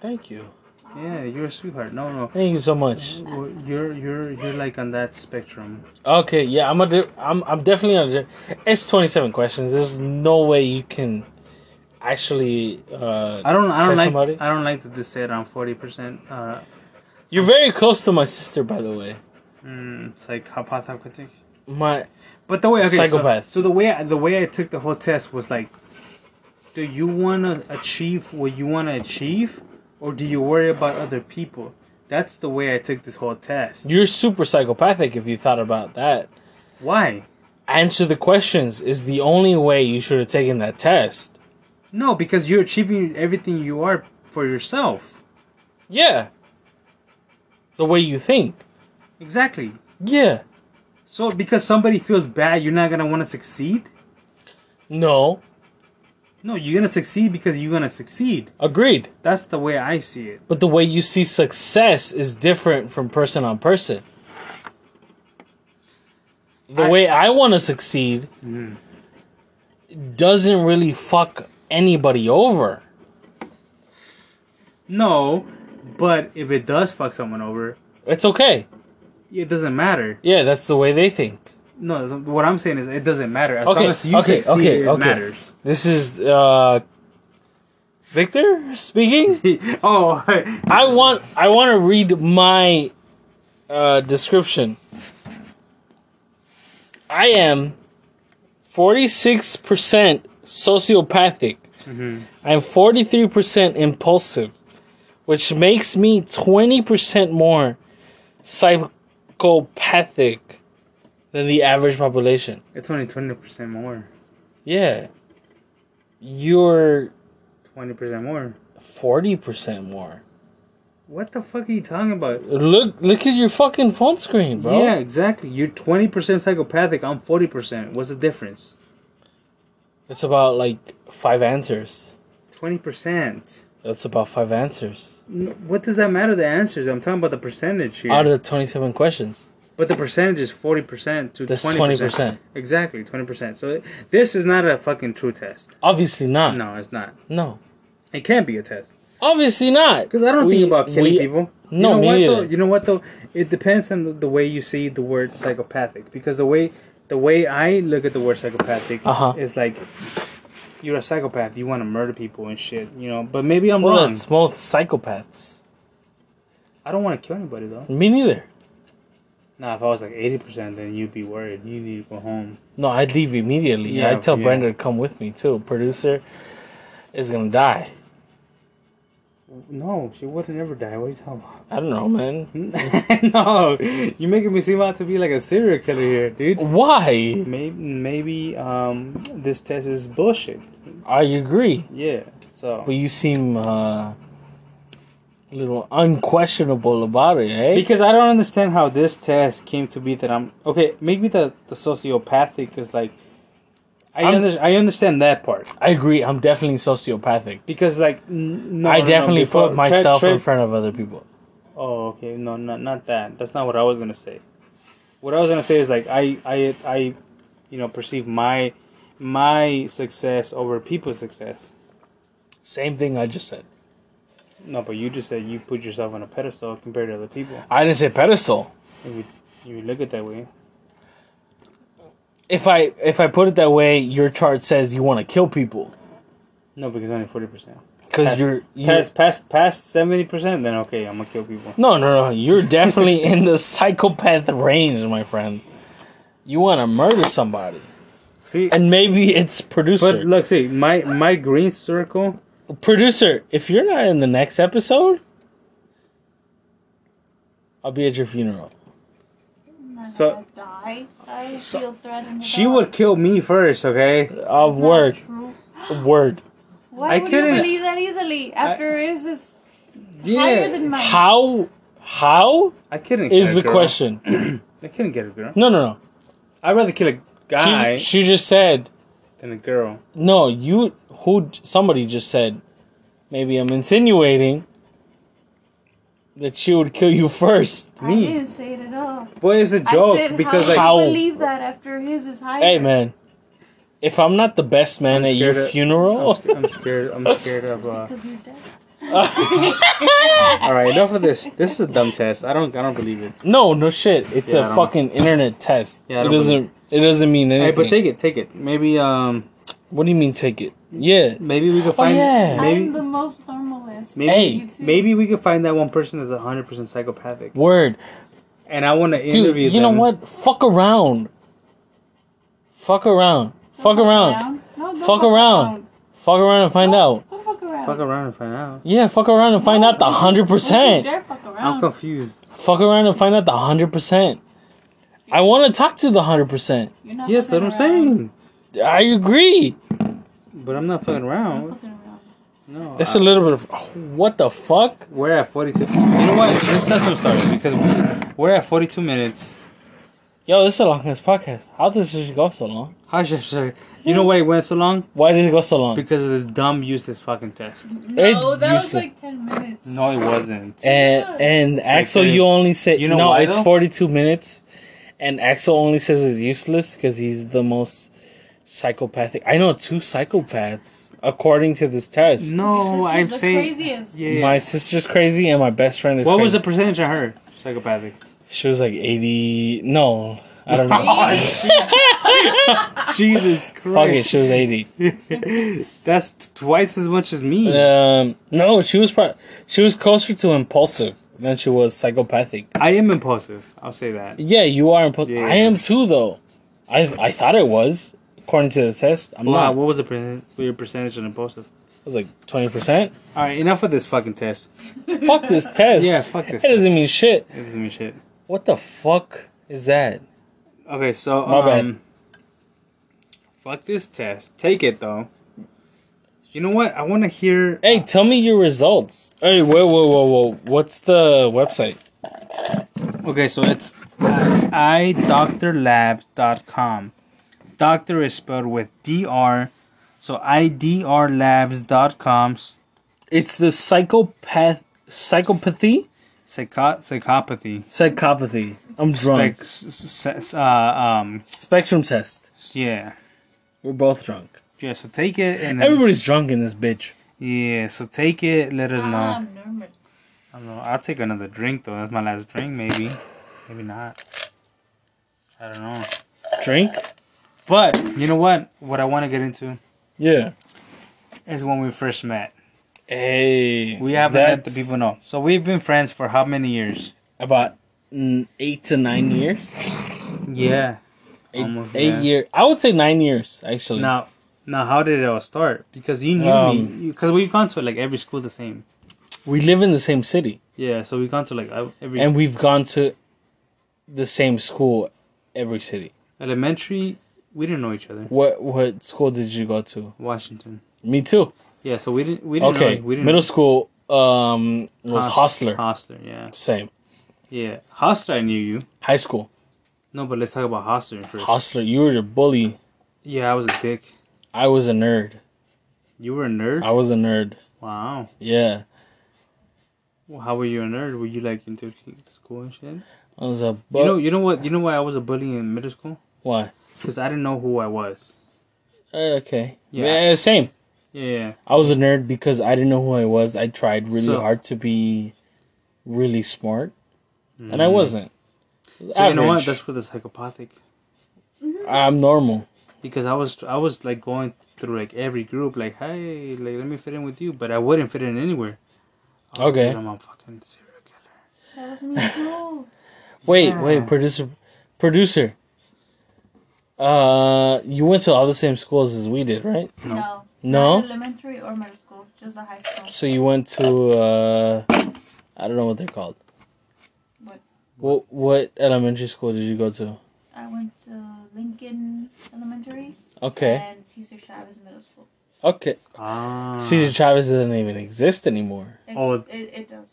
Thank you.
Yeah, you're a sweetheart. No, no.
Thank you so much.
Well, You're you're you're like on that spectrum.
Okay, yeah, I'm gonna. do- I'm. I'm definitely gonna. do- It's 27 questions. There's no way you can actually. Uh,
I don't I don't
Test
like
somebody?
I don't like that they say around forty percent. Uh,
you're very close to my sister, by the way.
mm, it's like hypothetical.
My
But the way okay, so-
Psychopath.
So, the way I, the way I took the whole test was like, do you want to achieve what you want to achieve, or do you worry about other people? That's the way I took this whole test.
you're super psychopathic if you thought about that.
Why?
Answer the questions is the only way you should have taken that test.
No, because you're achieving everything you are for yourself.
Yeah. The way you think.
Exactly.
Yeah.
So because somebody feels bad, you're not gonna want to succeed.
No.
No, you're gonna succeed because you're gonna succeed.
Agreed.
That's the way I see it.
But the way you see success is different from person on person. The
I-
way I want to succeed doesn't really fuck anybody over.
No, but if it does fuck someone over,
It's okay.
it doesn't matter.
Yeah, that's the way they think.
No, what I'm saying is it doesn't matter. As
Okay,
long as you
okay,
succeed,
okay,
it
okay.
matters.
This is uh Victor speaking.
oh,
I want I want to read my uh, description. I am 46% sociopathic. I'm 43% impulsive, which makes me 20% more psychopathic than the average population.
it's only twenty percent more.
Yeah. You're
Twenty percent more.
40% more.
What the fuck are you talking about?
Look look at your fucking phone screen, bro.
Yeah, exactly. You're twenty percent psychopathic. I'm forty percent. What's the difference?
That's about like five answers.
Twenty percent.
That's about five answers
What does that matter? The answers. I'm talking about the percentage here.
out of the twenty-seven questions.
But the percentage is forty percent to
That's
twenty
20%.
percent. Exactly, twenty percent. So it- this is not a fucking true test.
Obviously not.
No, it's not.
No.
It can't be a test
Obviously not.
because I don't
We-
think about killing
we-
people.
no,
you know
me
what,
neither.
Though? You know what though? It depends on the- the way you see the word psychopathic. Because the way the way I look at the word psychopathic
Uh-huh.
is like you're a psychopath. You want to murder people and shit. You know. But maybe I'm
Well,
wrong.
that's most psychopaths.
I don't want to kill anybody though.
Me neither.
Nah, if I was like eighty percent, then you'd be worried. You need to go home.
No, I'd leave immediately.
Yeah,
I'd tell
yeah.
Brenda to come with me too. Producer is gonna die.
No, she would never die. What are you talking
I don't know, man.
about? no, you're making me seem out to be like a serial killer here, dude.
Why?
Maybe, maybe um, this test is bullshit.
I agree.
Yeah. So
But you seem uh, a little unquestionable about it, eh?
because I don't understand how this test came to be that I'm okay. Maybe the the sociopathic is like I
I'm-
under, I understand that part
I agree. I'm definitely sociopathic.
because like n- no,
I
no, no,
definitely
before-
put
Tre-
myself
Tre-
in front of other people.
Oh, okay. No, not not that. That's not what I was gonna say. What I was gonna say is like I I I, you know, perceive my my success over people's success.
Same thing I just said.
No, but you just said you put yourself on a pedestal compared to other people.
I didn't say pedestal.
If you, if you look at that way,
If I if I put it that way, your chart says you want to kill people
no, because only forty percent.
because
Pat-
you're, you're
Past past past seventy percent, then okay, I'm gonna kill people.
no no no. You're definitely in the psychopath range, my friend. You want to murder somebody,
See,
and maybe it's
but
producer.
look, see, my my green circle.
producer, if you're not in the next episode, I'll be at your funeral.
Not
So-
gonna die. I feel threatened. to
She
die.
would kill me first, okay?
Of
That's not
word,
true.
word.
Why
I
would you
couldn't-
believe that easily? After his is higher
Yeah,
than mine.
How? How
I couldn't.
is
get a
the
girl.
question?
I couldn't get a girl.
No, no, no.
I'd rather kill a guy
She, she just said
than a girl.
no. You who? Somebody just said. Maybe I'm insinuating that she would kill you first.
I
me.
didn't say it at all.
Boy, it's a
I said
joke because
how
like
How-
I believe that after his is higher.
Hey, man. If I'm not the best man
I'm
at your
scared of- I'm,
funeral,
sc- I'm scared. I'm scared of. Uh...
Because you're dead.
All right, enough of this. This is a dumb test. I don't. I don't believe it.
no, no shit. It's
Yeah, I
a
don't-
fucking internet test.
Yeah, I
it
don't
doesn't. It doesn't mean
Hey,
anything.
but take it. Take it. Maybe. Um.
what do you mean take it? Yeah.
Maybe we could
Oh
find.
yeah.
I'm
Maybe.
the most normalist.
Maybe.
Hey.
You too.
Maybe we could find that one person that's hundred percent psychopathic.
Word.
And I want to
Dude,
interview.
you know
them.
what? Fuck around. Fuck around. Fuck around.
No, don't
Fuck around. Fuck around and find out.
Don't fuck around.
Fuck around and find out.
Yeah, fuck around and find out the hundred
Don't you
percent.
dare fuck
I'm
around.
confused.
Fuck around and find out the hundred percent. I want to talk to the hundred percent.
You're not
Yeah, that's what
fucking
I'm
around.
saying.
I agree.
But I'm not fucking
I'm
around.
fucking around.
No.
It's
I-
a little bit of oh, what the fuck.
We're at 42. You know what? This session starts because we're at 42 minutes.
Yo, this is the longest podcast. How does it go so long?
Hush, hush, hush. You know why it went so long?
Why did it go so long?
Because of this dumb, useless fucking test.
No,
It's
that was
useless.
like 10 minutes.
No, it wasn't.
And and Axel,
okay.
you only say
You know
no.
why,
it's
though?
forty-two minutes, and Axel only says it's useless because he's the most psychopathic. I know two psychopaths according to this test.
No,
Your
I'm
sister's the
saying.
craziest.
Yeah.
My sister's crazy and my best friend is.
What was
crazy.
the percentage of her? Psychopathic.
She was like eighty. No, I don't know.
Oh, Jesus Christ.
Fuck it, she was eighty.
That's t- twice as much as me.
Um, no, she was pro- she was closer to impulsive than she was psychopathic.
I am impulsive. I'll say that.
Yeah, you are impulsive.
Yeah.
I am too, though. I I thought it was according to the test. I'm
Wow,
not.
what was the percent, your percentage of impulsive?
It was like twenty percent.
All right, enough of this fucking test.
Fuck this test.
Yeah, fuck this.
It doesn't
test.
mean shit.
It doesn't mean shit.
What the fuck is that?
Okay, so
My bad.
um, fuck this test. Take it though. You know what? I want to hear.
Hey, tell me your results. Hey, whoa, whoa, whoa, whoa. What's the website?
Okay, so it's idoctorlabs.com. Doctor is spelled with dr, so idrlabs.com.
It's the psychopath, psychopathy,
Psycho- psychopathy.
psychopathy. I'm
Spec-
drunk.
s- s- uh, um,
Spectrum test.
yeah.
We're both drunk.
Yeah, so take it and then-
Everybody's drunk in this bitch.
yeah, so take it. Let us know.
I'm normal.
I don't know. I'll take another drink though. That's my last drink, maybe. Maybe not. I don't know.
Drink?
But you know what? What I want to get into
Yeah.
is when we first met.
Hey.
We haven't let the
that's
people know. So we've been friends for how many years?
About mm, eight to nine years.
Yeah.
Eight,
Almost,
eight
yeah.
year. I would say nine years, actually.
Now, now, how did it all start? Because you knew
Um,
me. Because we've gone to like every school the same.
We live in the same city,
Yeah, so we gone to like I- every
and we've gone to the same school, every city.
elementary. We didn't know each other.
What what school did you go to?
Washington.
Me too.
Yeah, so we didn't. We didn't.
Okay,
Know, we didn't
middle school um was
Hos-
Hostler.
Hostler. Yeah.
Same.
Yeah. Hostler. I knew you.
High school
No, but let's talk about Hostler first.
Hostler. You were the bully.
yeah, I was a dick.
I was a nerd.
You were a nerd.
I was a nerd.
wow.
Yeah,
Well, how were you a nerd? Were you like into school and shit?
I was a. Bu-
you know. You know what? You know why I was a bully in middle school?
why?
Because I didn't know who I was.
Uh, okay.
Yeah.
Yeah. Same.
Yeah. yeah.
I was a nerd because I didn't know who I was. I tried really
So-
hard to be really smart, and I wasn't.
Mm. So you know what? That's where the psychopathic.
I'm normal.
Because I was I was like going through like every group like hey like let me fit in with you but I wouldn't fit in anywhere. Oh,
Okay.
dude, I'm a fucking serial killer.
That was me too.
Wait,
Yeah.
wait, producer, producer. Uh, you went to all the same schools as we did, right?
No.
No.
No?
Not elementary or middle school, just the high school.
So you went to uh, I don't know what they're called.
What?
What what elementary school did you go to?
I went to Lincoln Elementary
Okay,
and Cesar Chavez Middle School.
okay.
Ah.
Cesar Chavez doesn't even exist anymore.
It,
Oh.
it, it does.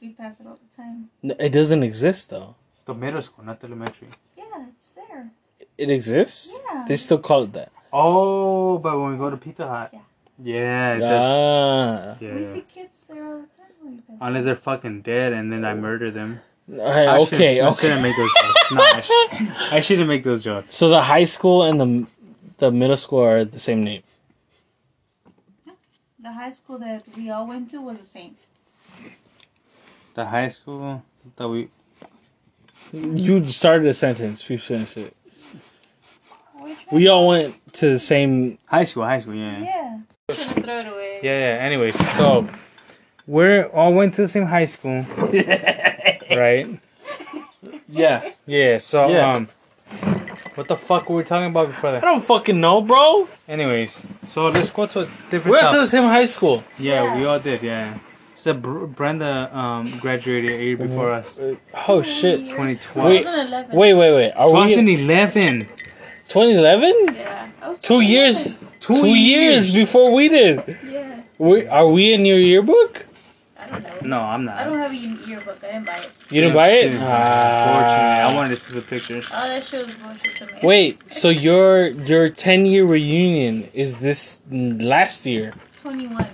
We pass it all the time.
No, It doesn't exist though.
The middle school, not the elementary.
Yeah, it's there.
It exists.
Yeah.
They still call it that.
Oh, but when we go to Pizza Hut.
Yeah.
Yeah. it does.
Ah.
yeah.
We see kids there all the time when we pass.
Unless they're fucking dead and then I murder them.
Hey,
I shouldn't-
okay,
I
okay.
shouldn't make those jokes. No, I, shouldn't, I shouldn't make those jokes.
So the high school and the the middle school are the same name.
The high school that we all went to was the same.
The high school that we
You started a sentence. Please finish it.
Which one?
We all went to the same.
high school, high school, yeah.
Yeah. Shouldn't throw it away.
Yeah, yeah. Anyway, so we're all went to the same high school, right?
Yeah.
Yeah. So
Yeah.
um, what the fuck were we talking about before
I
that?
don't fucking know, bro.
Anyways, so let's go to a
We
different.
went to
topic.
the same high school.
yeah,
Yeah.
we all did. Yeah. So Br- Brenda um graduated a year before us.
Oh shit.
2012.
Wait.
2011.
Wait, wait, wait. Are we
2011.
2011?
Yeah. I was
Two
2011.
years. Two, years. before we did.
Yeah.
We, are we in your yearbook?
I don't
No,
know.
I'm not.
I don't have a year- yearbook. I didn't buy it.
You didn't buy it.
Unfortunately,
Ah.
Uh, I wanted to see the pictures.
Oh, that shit was bullshit to me.
Wait, so your your ten year reunion is this n- last year?
21.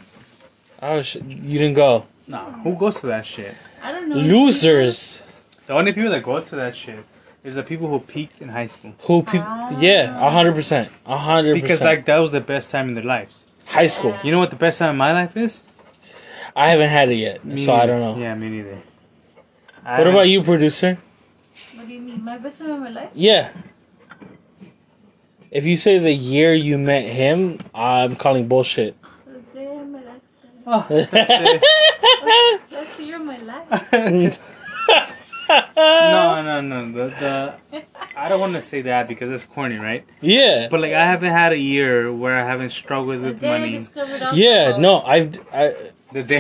Oh, sh- you didn't go.
Nah, who goes to that shit?
I don't know.
Losers
The only people that go to that shit is the people who peaked in high school
who people? Yeah, a hundred percent, a hundred
because
percent.
like that was the best time in their lives.
high school,
You know what the best time of my life is?
I haven't had it yet, so I don't know.
Yeah, me neither.
What about you, producer?
What do you mean? My best time of my life?
Yeah. If you say the year you met him, I'm calling bullshit.
The day of my life.
Oh,
That's the year of my life.
no, no, no. The, the I don't want to say that because it's corny, right?
yeah.
But like, I haven't had a year where I haven't struggled
The
with
day I
money.
discovered alcohol.
Yeah. No, I've. I,
The day I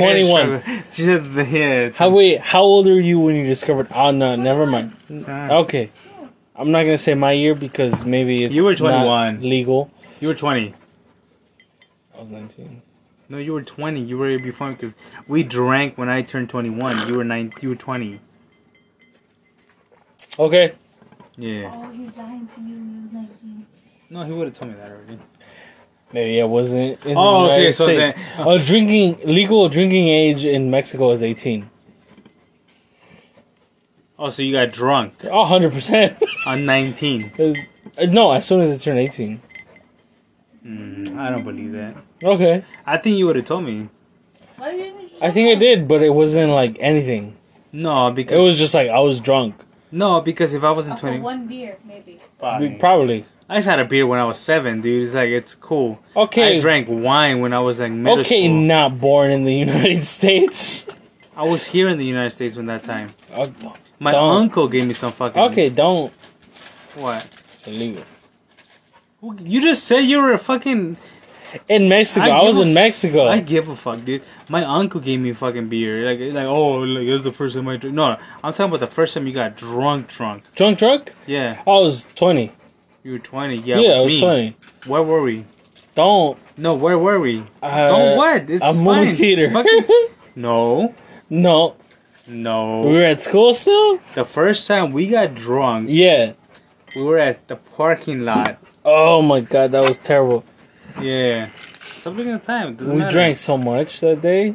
21.
struggled- She said, the- yeah.
how wait? How old were you when you discovered? Oh no, never mind.
Oh,
Okay. I'm not gonna say my year because maybe it's
You were
not
21.
legal.
you were twenty.
I was 19.
No, you were twenty. You were before because we drank when I turned twenty-one. You were nine. You were twenty.
Okay.
Yeah.
Oh, he's lying to you. He was 19.
No, he would have told me that already.
Maybe I wasn't. In
Oh,
the
okay,
United
so
States.
then-
Uh, drinking legal drinking age in Mexico is 18.
Oh, so you got drunk
Oh, 100 percent.
on nineteen.
No, as soon as it turned 18.
Mm, I don't believe that.
Okay.
I think you would have told me.
Why didn't you just
I think I did, but it wasn't like anything.
No,
It
because
was just like I was drunk.
no, because if I wasn't
Oh, for
twenty,
one beer, maybe.
We- Probably.
I've had a beer when I was seven, dude. It's like it's cool.
Okay.
I drank wine when I was like middle
okay,
school.
not born in the United States.
I was here in the United States when that time.
Oh,
My
Don't.
uncle gave me some fucking.
Okay, don't.
What?
It's illegal.
You just said you were a fucking.
in Mexico. I,
give
was
a
in
f-
Mexico.
I give a fuck, dude. My uncle gave me fucking beer. Like, like oh, like, it was the first time I drank. No, no, I'm talking about the first time you got drunk, drunk.
drunk, drunk.
Yeah,
I was twenty.
you were 20. Yeah,
Yeah, I
with
was
me.
twenty.
Where were we?
Don't.
No, where were we?
Uh,
Don't what? It's
a movie
fine.
theater.
Fucking- No,
no, we
no.
were at school still.
The first time we got drunk,
Yeah.
we were at the parking lot.
Oh my god, that was terrible.
Yeah. Stop looking at the time. It doesn't
we
matter.
drank so much that day.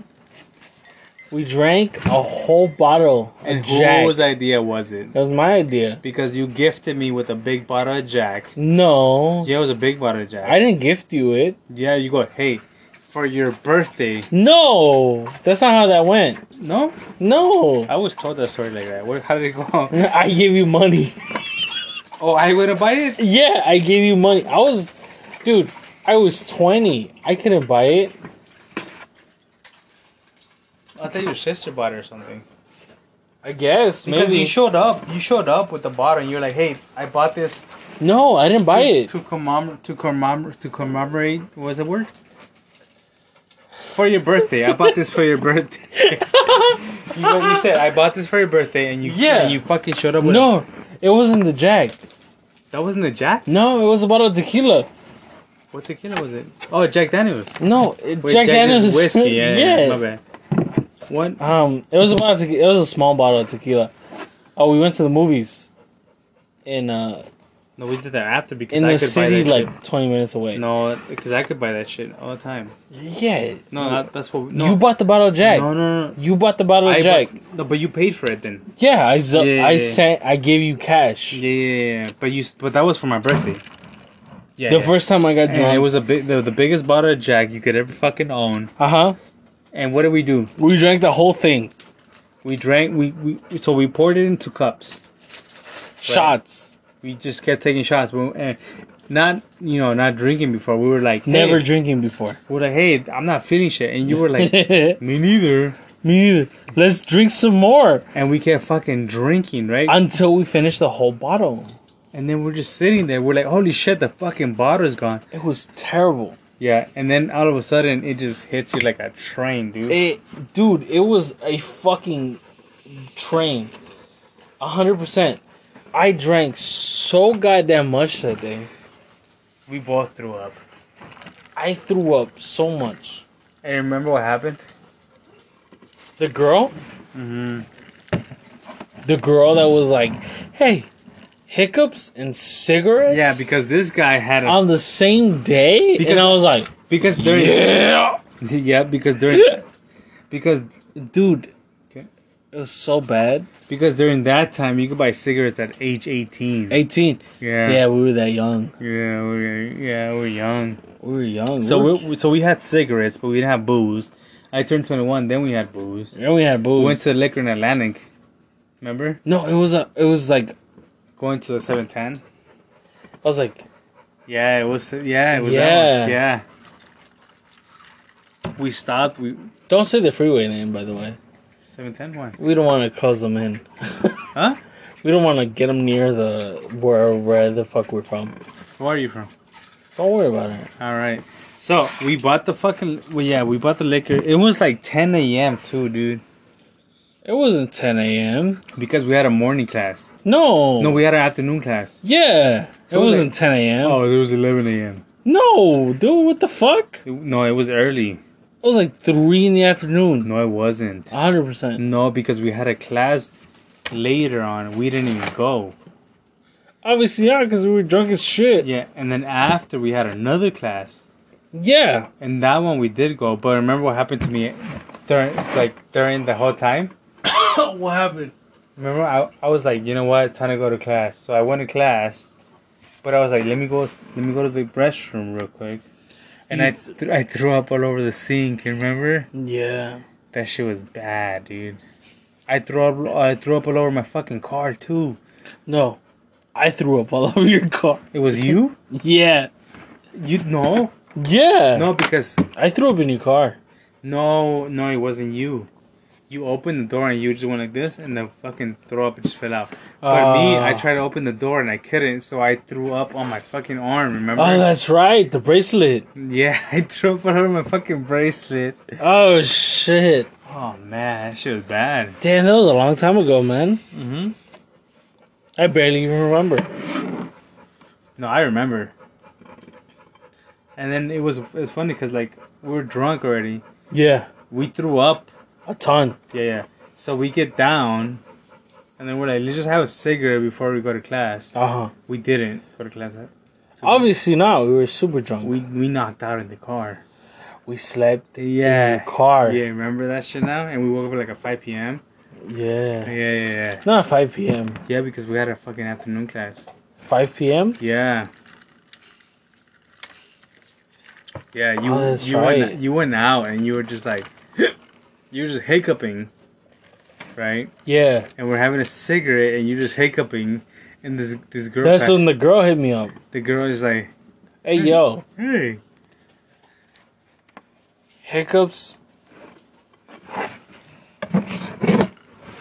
We drank a whole bottle of
And
Jack.
whose idea was it?
That was my idea.
Because you gifted me with a big bottle of Jack.
No,
Yeah, it was a big bottle of Jack.
I didn't gift you it.
Yeah, you go, hey, for your birthday.
No, that's not how that went.
No?
No,
I was told that story like that. Where, how did it go?
I gave you money.
Oh, I would have buy it?
Yeah, I gave you money. I was, dude, I was 20. I couldn't buy it.
I thought your sister bought it or something.
I guess,
Because
maybe.
you showed up. You showed up with the bottle and you're like, hey, I bought this
no, I didn't buy
to,
it.
To, commemor- to, commemor- to commemorate, what was the word? For your birthday. I bought this for your birthday. you, you said, I bought this for your birthday and you,
Yeah.
and you fucking showed up with it.
No, it wasn't the Jack.
That wasn't the Jack?
No, it was a bottle of tequila.
What tequila was it? Oh, Jack Daniels.
No, it,
Wait,
Jack, Daniels
whiskey. Yeah, yeah. my bad. What?
Um, it was a bottle. Of tequila. It was a small bottle of tequila. Oh, we went to the movies, in uh,
No, we did that after because
in
I
the
could
city,
buy that
like 20 minutes away.
shit. No, because I could buy that shit all the time.
Yeah.
No, not, that's what. No.
You bought the bottle of Jack.
No, no, no.
You bought the bottle of
I
Jack.
But, no, but you paid for it then.
yeah, I zo-
Yeah, yeah,
I
yeah.
sent. I gave you cash.
Yeah, yeah, yeah. But you, s- but that was for my birthday. Yeah.
the
yeah.
first time I got
And
drunk,
it was a big, the, the biggest bottle of Jack you could ever fucking own.
uh huh.
And what did we do?
We drank the whole thing.
We drank. We, we so we poured it into cups.
Shots.
We just kept taking shots. We- And not, you know, not drinking before. We were like,
Never
hey,
drinking before.
We're like, hey, I'm not feeling shit, and you were like, me
Me
neither.
neither. Let's drink some more
And we kept fucking drinking, right?
until we finish the whole bottle.
and then we're just sitting there. We're like, holy shit, the fucking bottle's gone.
It was terrible.
Yeah. And then all of a sudden, it just hits you like a train, dude.
It, dude, it was a fucking train. A hundred percent. I drank so goddamn much that day.
we both threw up.
I threw up so much.
And remember what happened?
The girl,
Mm-hmm.
the girl that was like, "Hey, hiccups and cigarettes."
Yeah, because this guy had a
on the same day,
Because-
and I was like,
because during yeah, because during because dude
"It was so bad."
because during that time you could buy cigarettes at age 18.
Eighteen.
Yeah.
Yeah,
Yeah.
we were that young.
Yeah. We're, yeah. We're young.
We were young.
So
we,
we,
were-
we- so we had cigarettes, but we didn't have booze. I turned 21, then we had booze.
then we had booze.
We went to liquor in Atlantic. Remember?
no, it was a. It was like I
Going to the 710.
was like,
Yeah, it was. Yeah, it was.
Yeah.
Yeah. yeah. We stopped. We
"Don't say the freeway name, by the way.
710 one.
We don't want to close them in."
Huh?
We don't want to get them near the where where the fuck we're from.
Where are you from?
Don't worry about it.
All right. So we bought the fucking. Well, yeah, we bought the liquor. It was like 10 a.m. too, dude,
It wasn't 10 a.m.
because we had a morning class.
No.
No, we had an afternoon class.
Yeah.
So
it
was
wasn't 10 a.m.
Oh, it was 11 a.m.
No, dude, what the fuck?
It- No, it was early.
It was like 3 in the afternoon.
No, it wasn't.
100%.
No, because we had a class later on. We didn't even go.
Obviously, yeah, because we were drunk as shit. Yeah.
Yeah, and then after we had another class, and that one we did go. But remember what happened to me during like during the whole time?
what happened?
Remember, I, I was like, you know what, time to go to class. So I went to class, but I was like, let me go, let me go to the restroom real quick. And I th- I threw up all over the sink. Remember
Yeah.
that shit was bad, dude. I threw up I threw up all over my fucking car too.
No. I threw up all over your car.
It was you.
Yeah.
You no
Yeah.
no because
I threw up in your car.
No, no, it wasn't you. you open the door and you just went like this, and the fucking throw up just fell out. But me, I
Ah.
tried to open the door and I couldn't, so I threw up on my fucking arm. Remember?
Oh, that's right. The bracelet.
yeah, I threw up on my fucking bracelet.
Oh shit.
Oh man, that shit was bad.
Damn, that was a long time ago, man.
Mm-hmm.
I barely even remember.
No, I remember. And then it was it was funny because like we were drunk already.
Yeah,
We threw up.
a ton.
Yeah, yeah. So we get down, and then we're like, let's just have a cigarette before we go to class.
Uh huh.
We didn't go to class.
Obviously not. We were super drunk.
We
We
we knocked out in the car.
we slept in
Yeah.
the car.
Yeah, remember that shit now? And we woke up at like at 5 p.m. Yeah,
Yeah.
yeah, yeah.
Not 5 p.m.
Yeah, because we had a fucking afternoon class.
5 p.m.
Yeah. Yeah, you
Oh, that's
you
right.
went you went out and you were just like you were just hiccuping, right?
Yeah.
And we're having a cigarette and you're just hiccuping, and this this girl
That's
pa-
when the girl hit me up.
the girl is like,
Hey yo,
hey,
hiccups.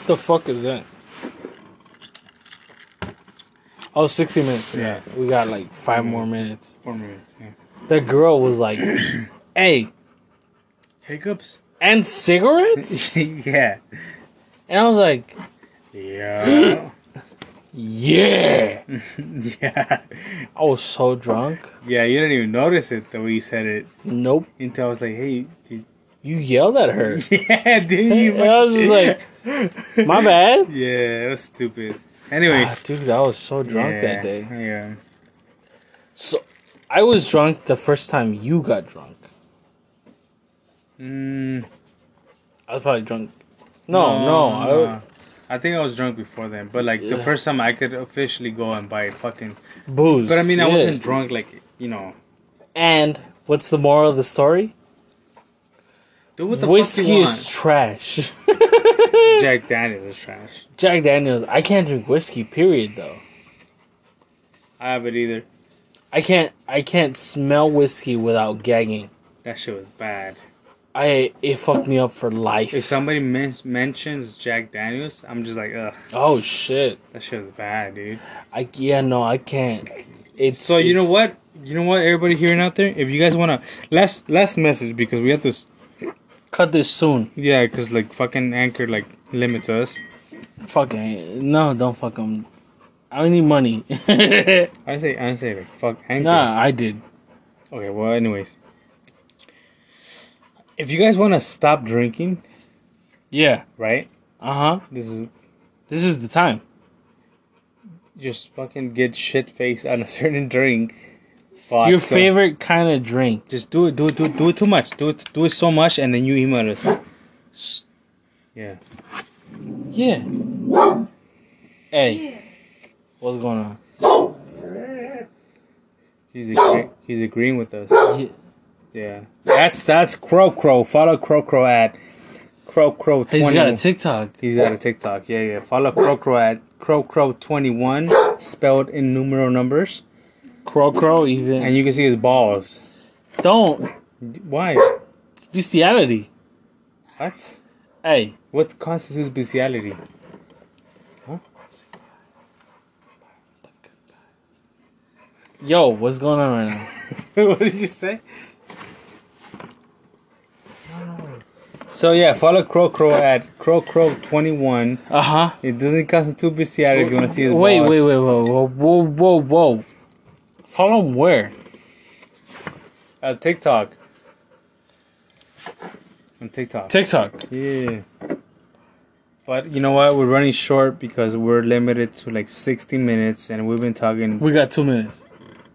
the fuck is that? Oh, 60 minutes. Yeah, we got like five more minutes.
four minutes. Yeah.
The girl was like, "Hey,
Hiccups?
and cigarettes?"
yeah.
and I was like,
Yeah.
"Yeah."
yeah.
I was so drunk.
Yeah, you didn't even notice it the way you said it
Nope.
until I was like, hey, did-
You yelled at her.
yeah, dude.
And I was just
like,
My bad.
Yeah, it was stupid. Anyways.
Ah, dude, I was so drunk
yeah,
that day.
Yeah.
So I was drunk the first time you got drunk.
Mm,
I was probably drunk. No, no. I w
I, think I was drunk before then, but like the
Yeah.
first time I could officially go and buy fucking.
booze.
But I mean, I
yeah.
wasn't drunk, like, you know.
And what's the moral of the story?
Do what the
Whiskey
fuck you
is trash.
want. Jack Daniels is trash.
Jack Daniels. I can't drink whiskey. Period. Though
I have it either.
I can't. I can't smell whiskey without gagging.
That shit was bad.
I it fucked me up for life.
If somebody men- mentions Jack Daniels, I'm just like, ugh,
oh shit.
that shit was bad, dude.
I yeah no I can't. It's
So you know
it's-
what? You know what? Everybody hearing out there, if you guys wanna last last message because we have to, s-
Cut this soon.
yeah, because like fucking anchor like limits us.
Fucking no, don't fuck them. I don't need money.
I say I say like fuck anchor.
nah, I did.
Okay. Well, anyways, if you guys wanna stop drinking,
Yeah.
right?
Uh huh.
This is
This is the time.
just fucking get shit faced on a certain drink. Vodka.
Your favorite kind of drink.
Just do it, do it, do it, do it too much. Do it, do it so much, and then you email us.
S-
Yeah.
Yeah. Hey,
Yeah.
what's going on?
He's agree- he's agreeing with us.
Yeah.
Yeah, that's that's Crow Crow. Follow Crow Crow at Crow Crow. 20.
He's got a TikTok.
He's got a TikTok. Yeah, yeah. Follow Crow Crow at Crow Crow twenty one, spelled in numeral numbers,
Crow crow even.
and you can see his balls.
don't
Why?
it's bestiality.
What?
Hey,
What constitutes bestiality?
yo, what's going on right now?
what did you say? So yeah, follow Crow Crow at Crow Crow twenty one.
Uh huh.
It doesn't constitute bestiality if you want to see his
Wait,
balls.
wait, wait, whoa, whoa, whoa, whoa, whoa. Follow him where?
Uh, TikTok. On TikTok.
TikTok.
yeah. But you know what? We're running short because we're limited to like 60 minutes and we've been talking.
We got two minutes.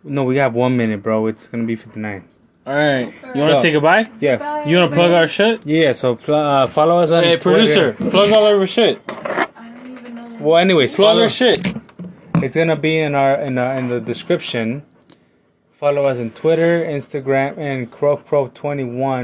No, we have one minute, bro. It's going to be 59.
All right. You want to
So-
say goodbye?
Yeah.
Bye.
You want to plug our shit?
Yeah, so pl- uh, follow us on
Hey,
Twitter.
producer, plug all our shit.
I don't even know.
Well, anyways,
Plug
follow,
our shit.
it's going to be in our in our, in the description. Follow us on Twitter, Instagram, and CrowPro21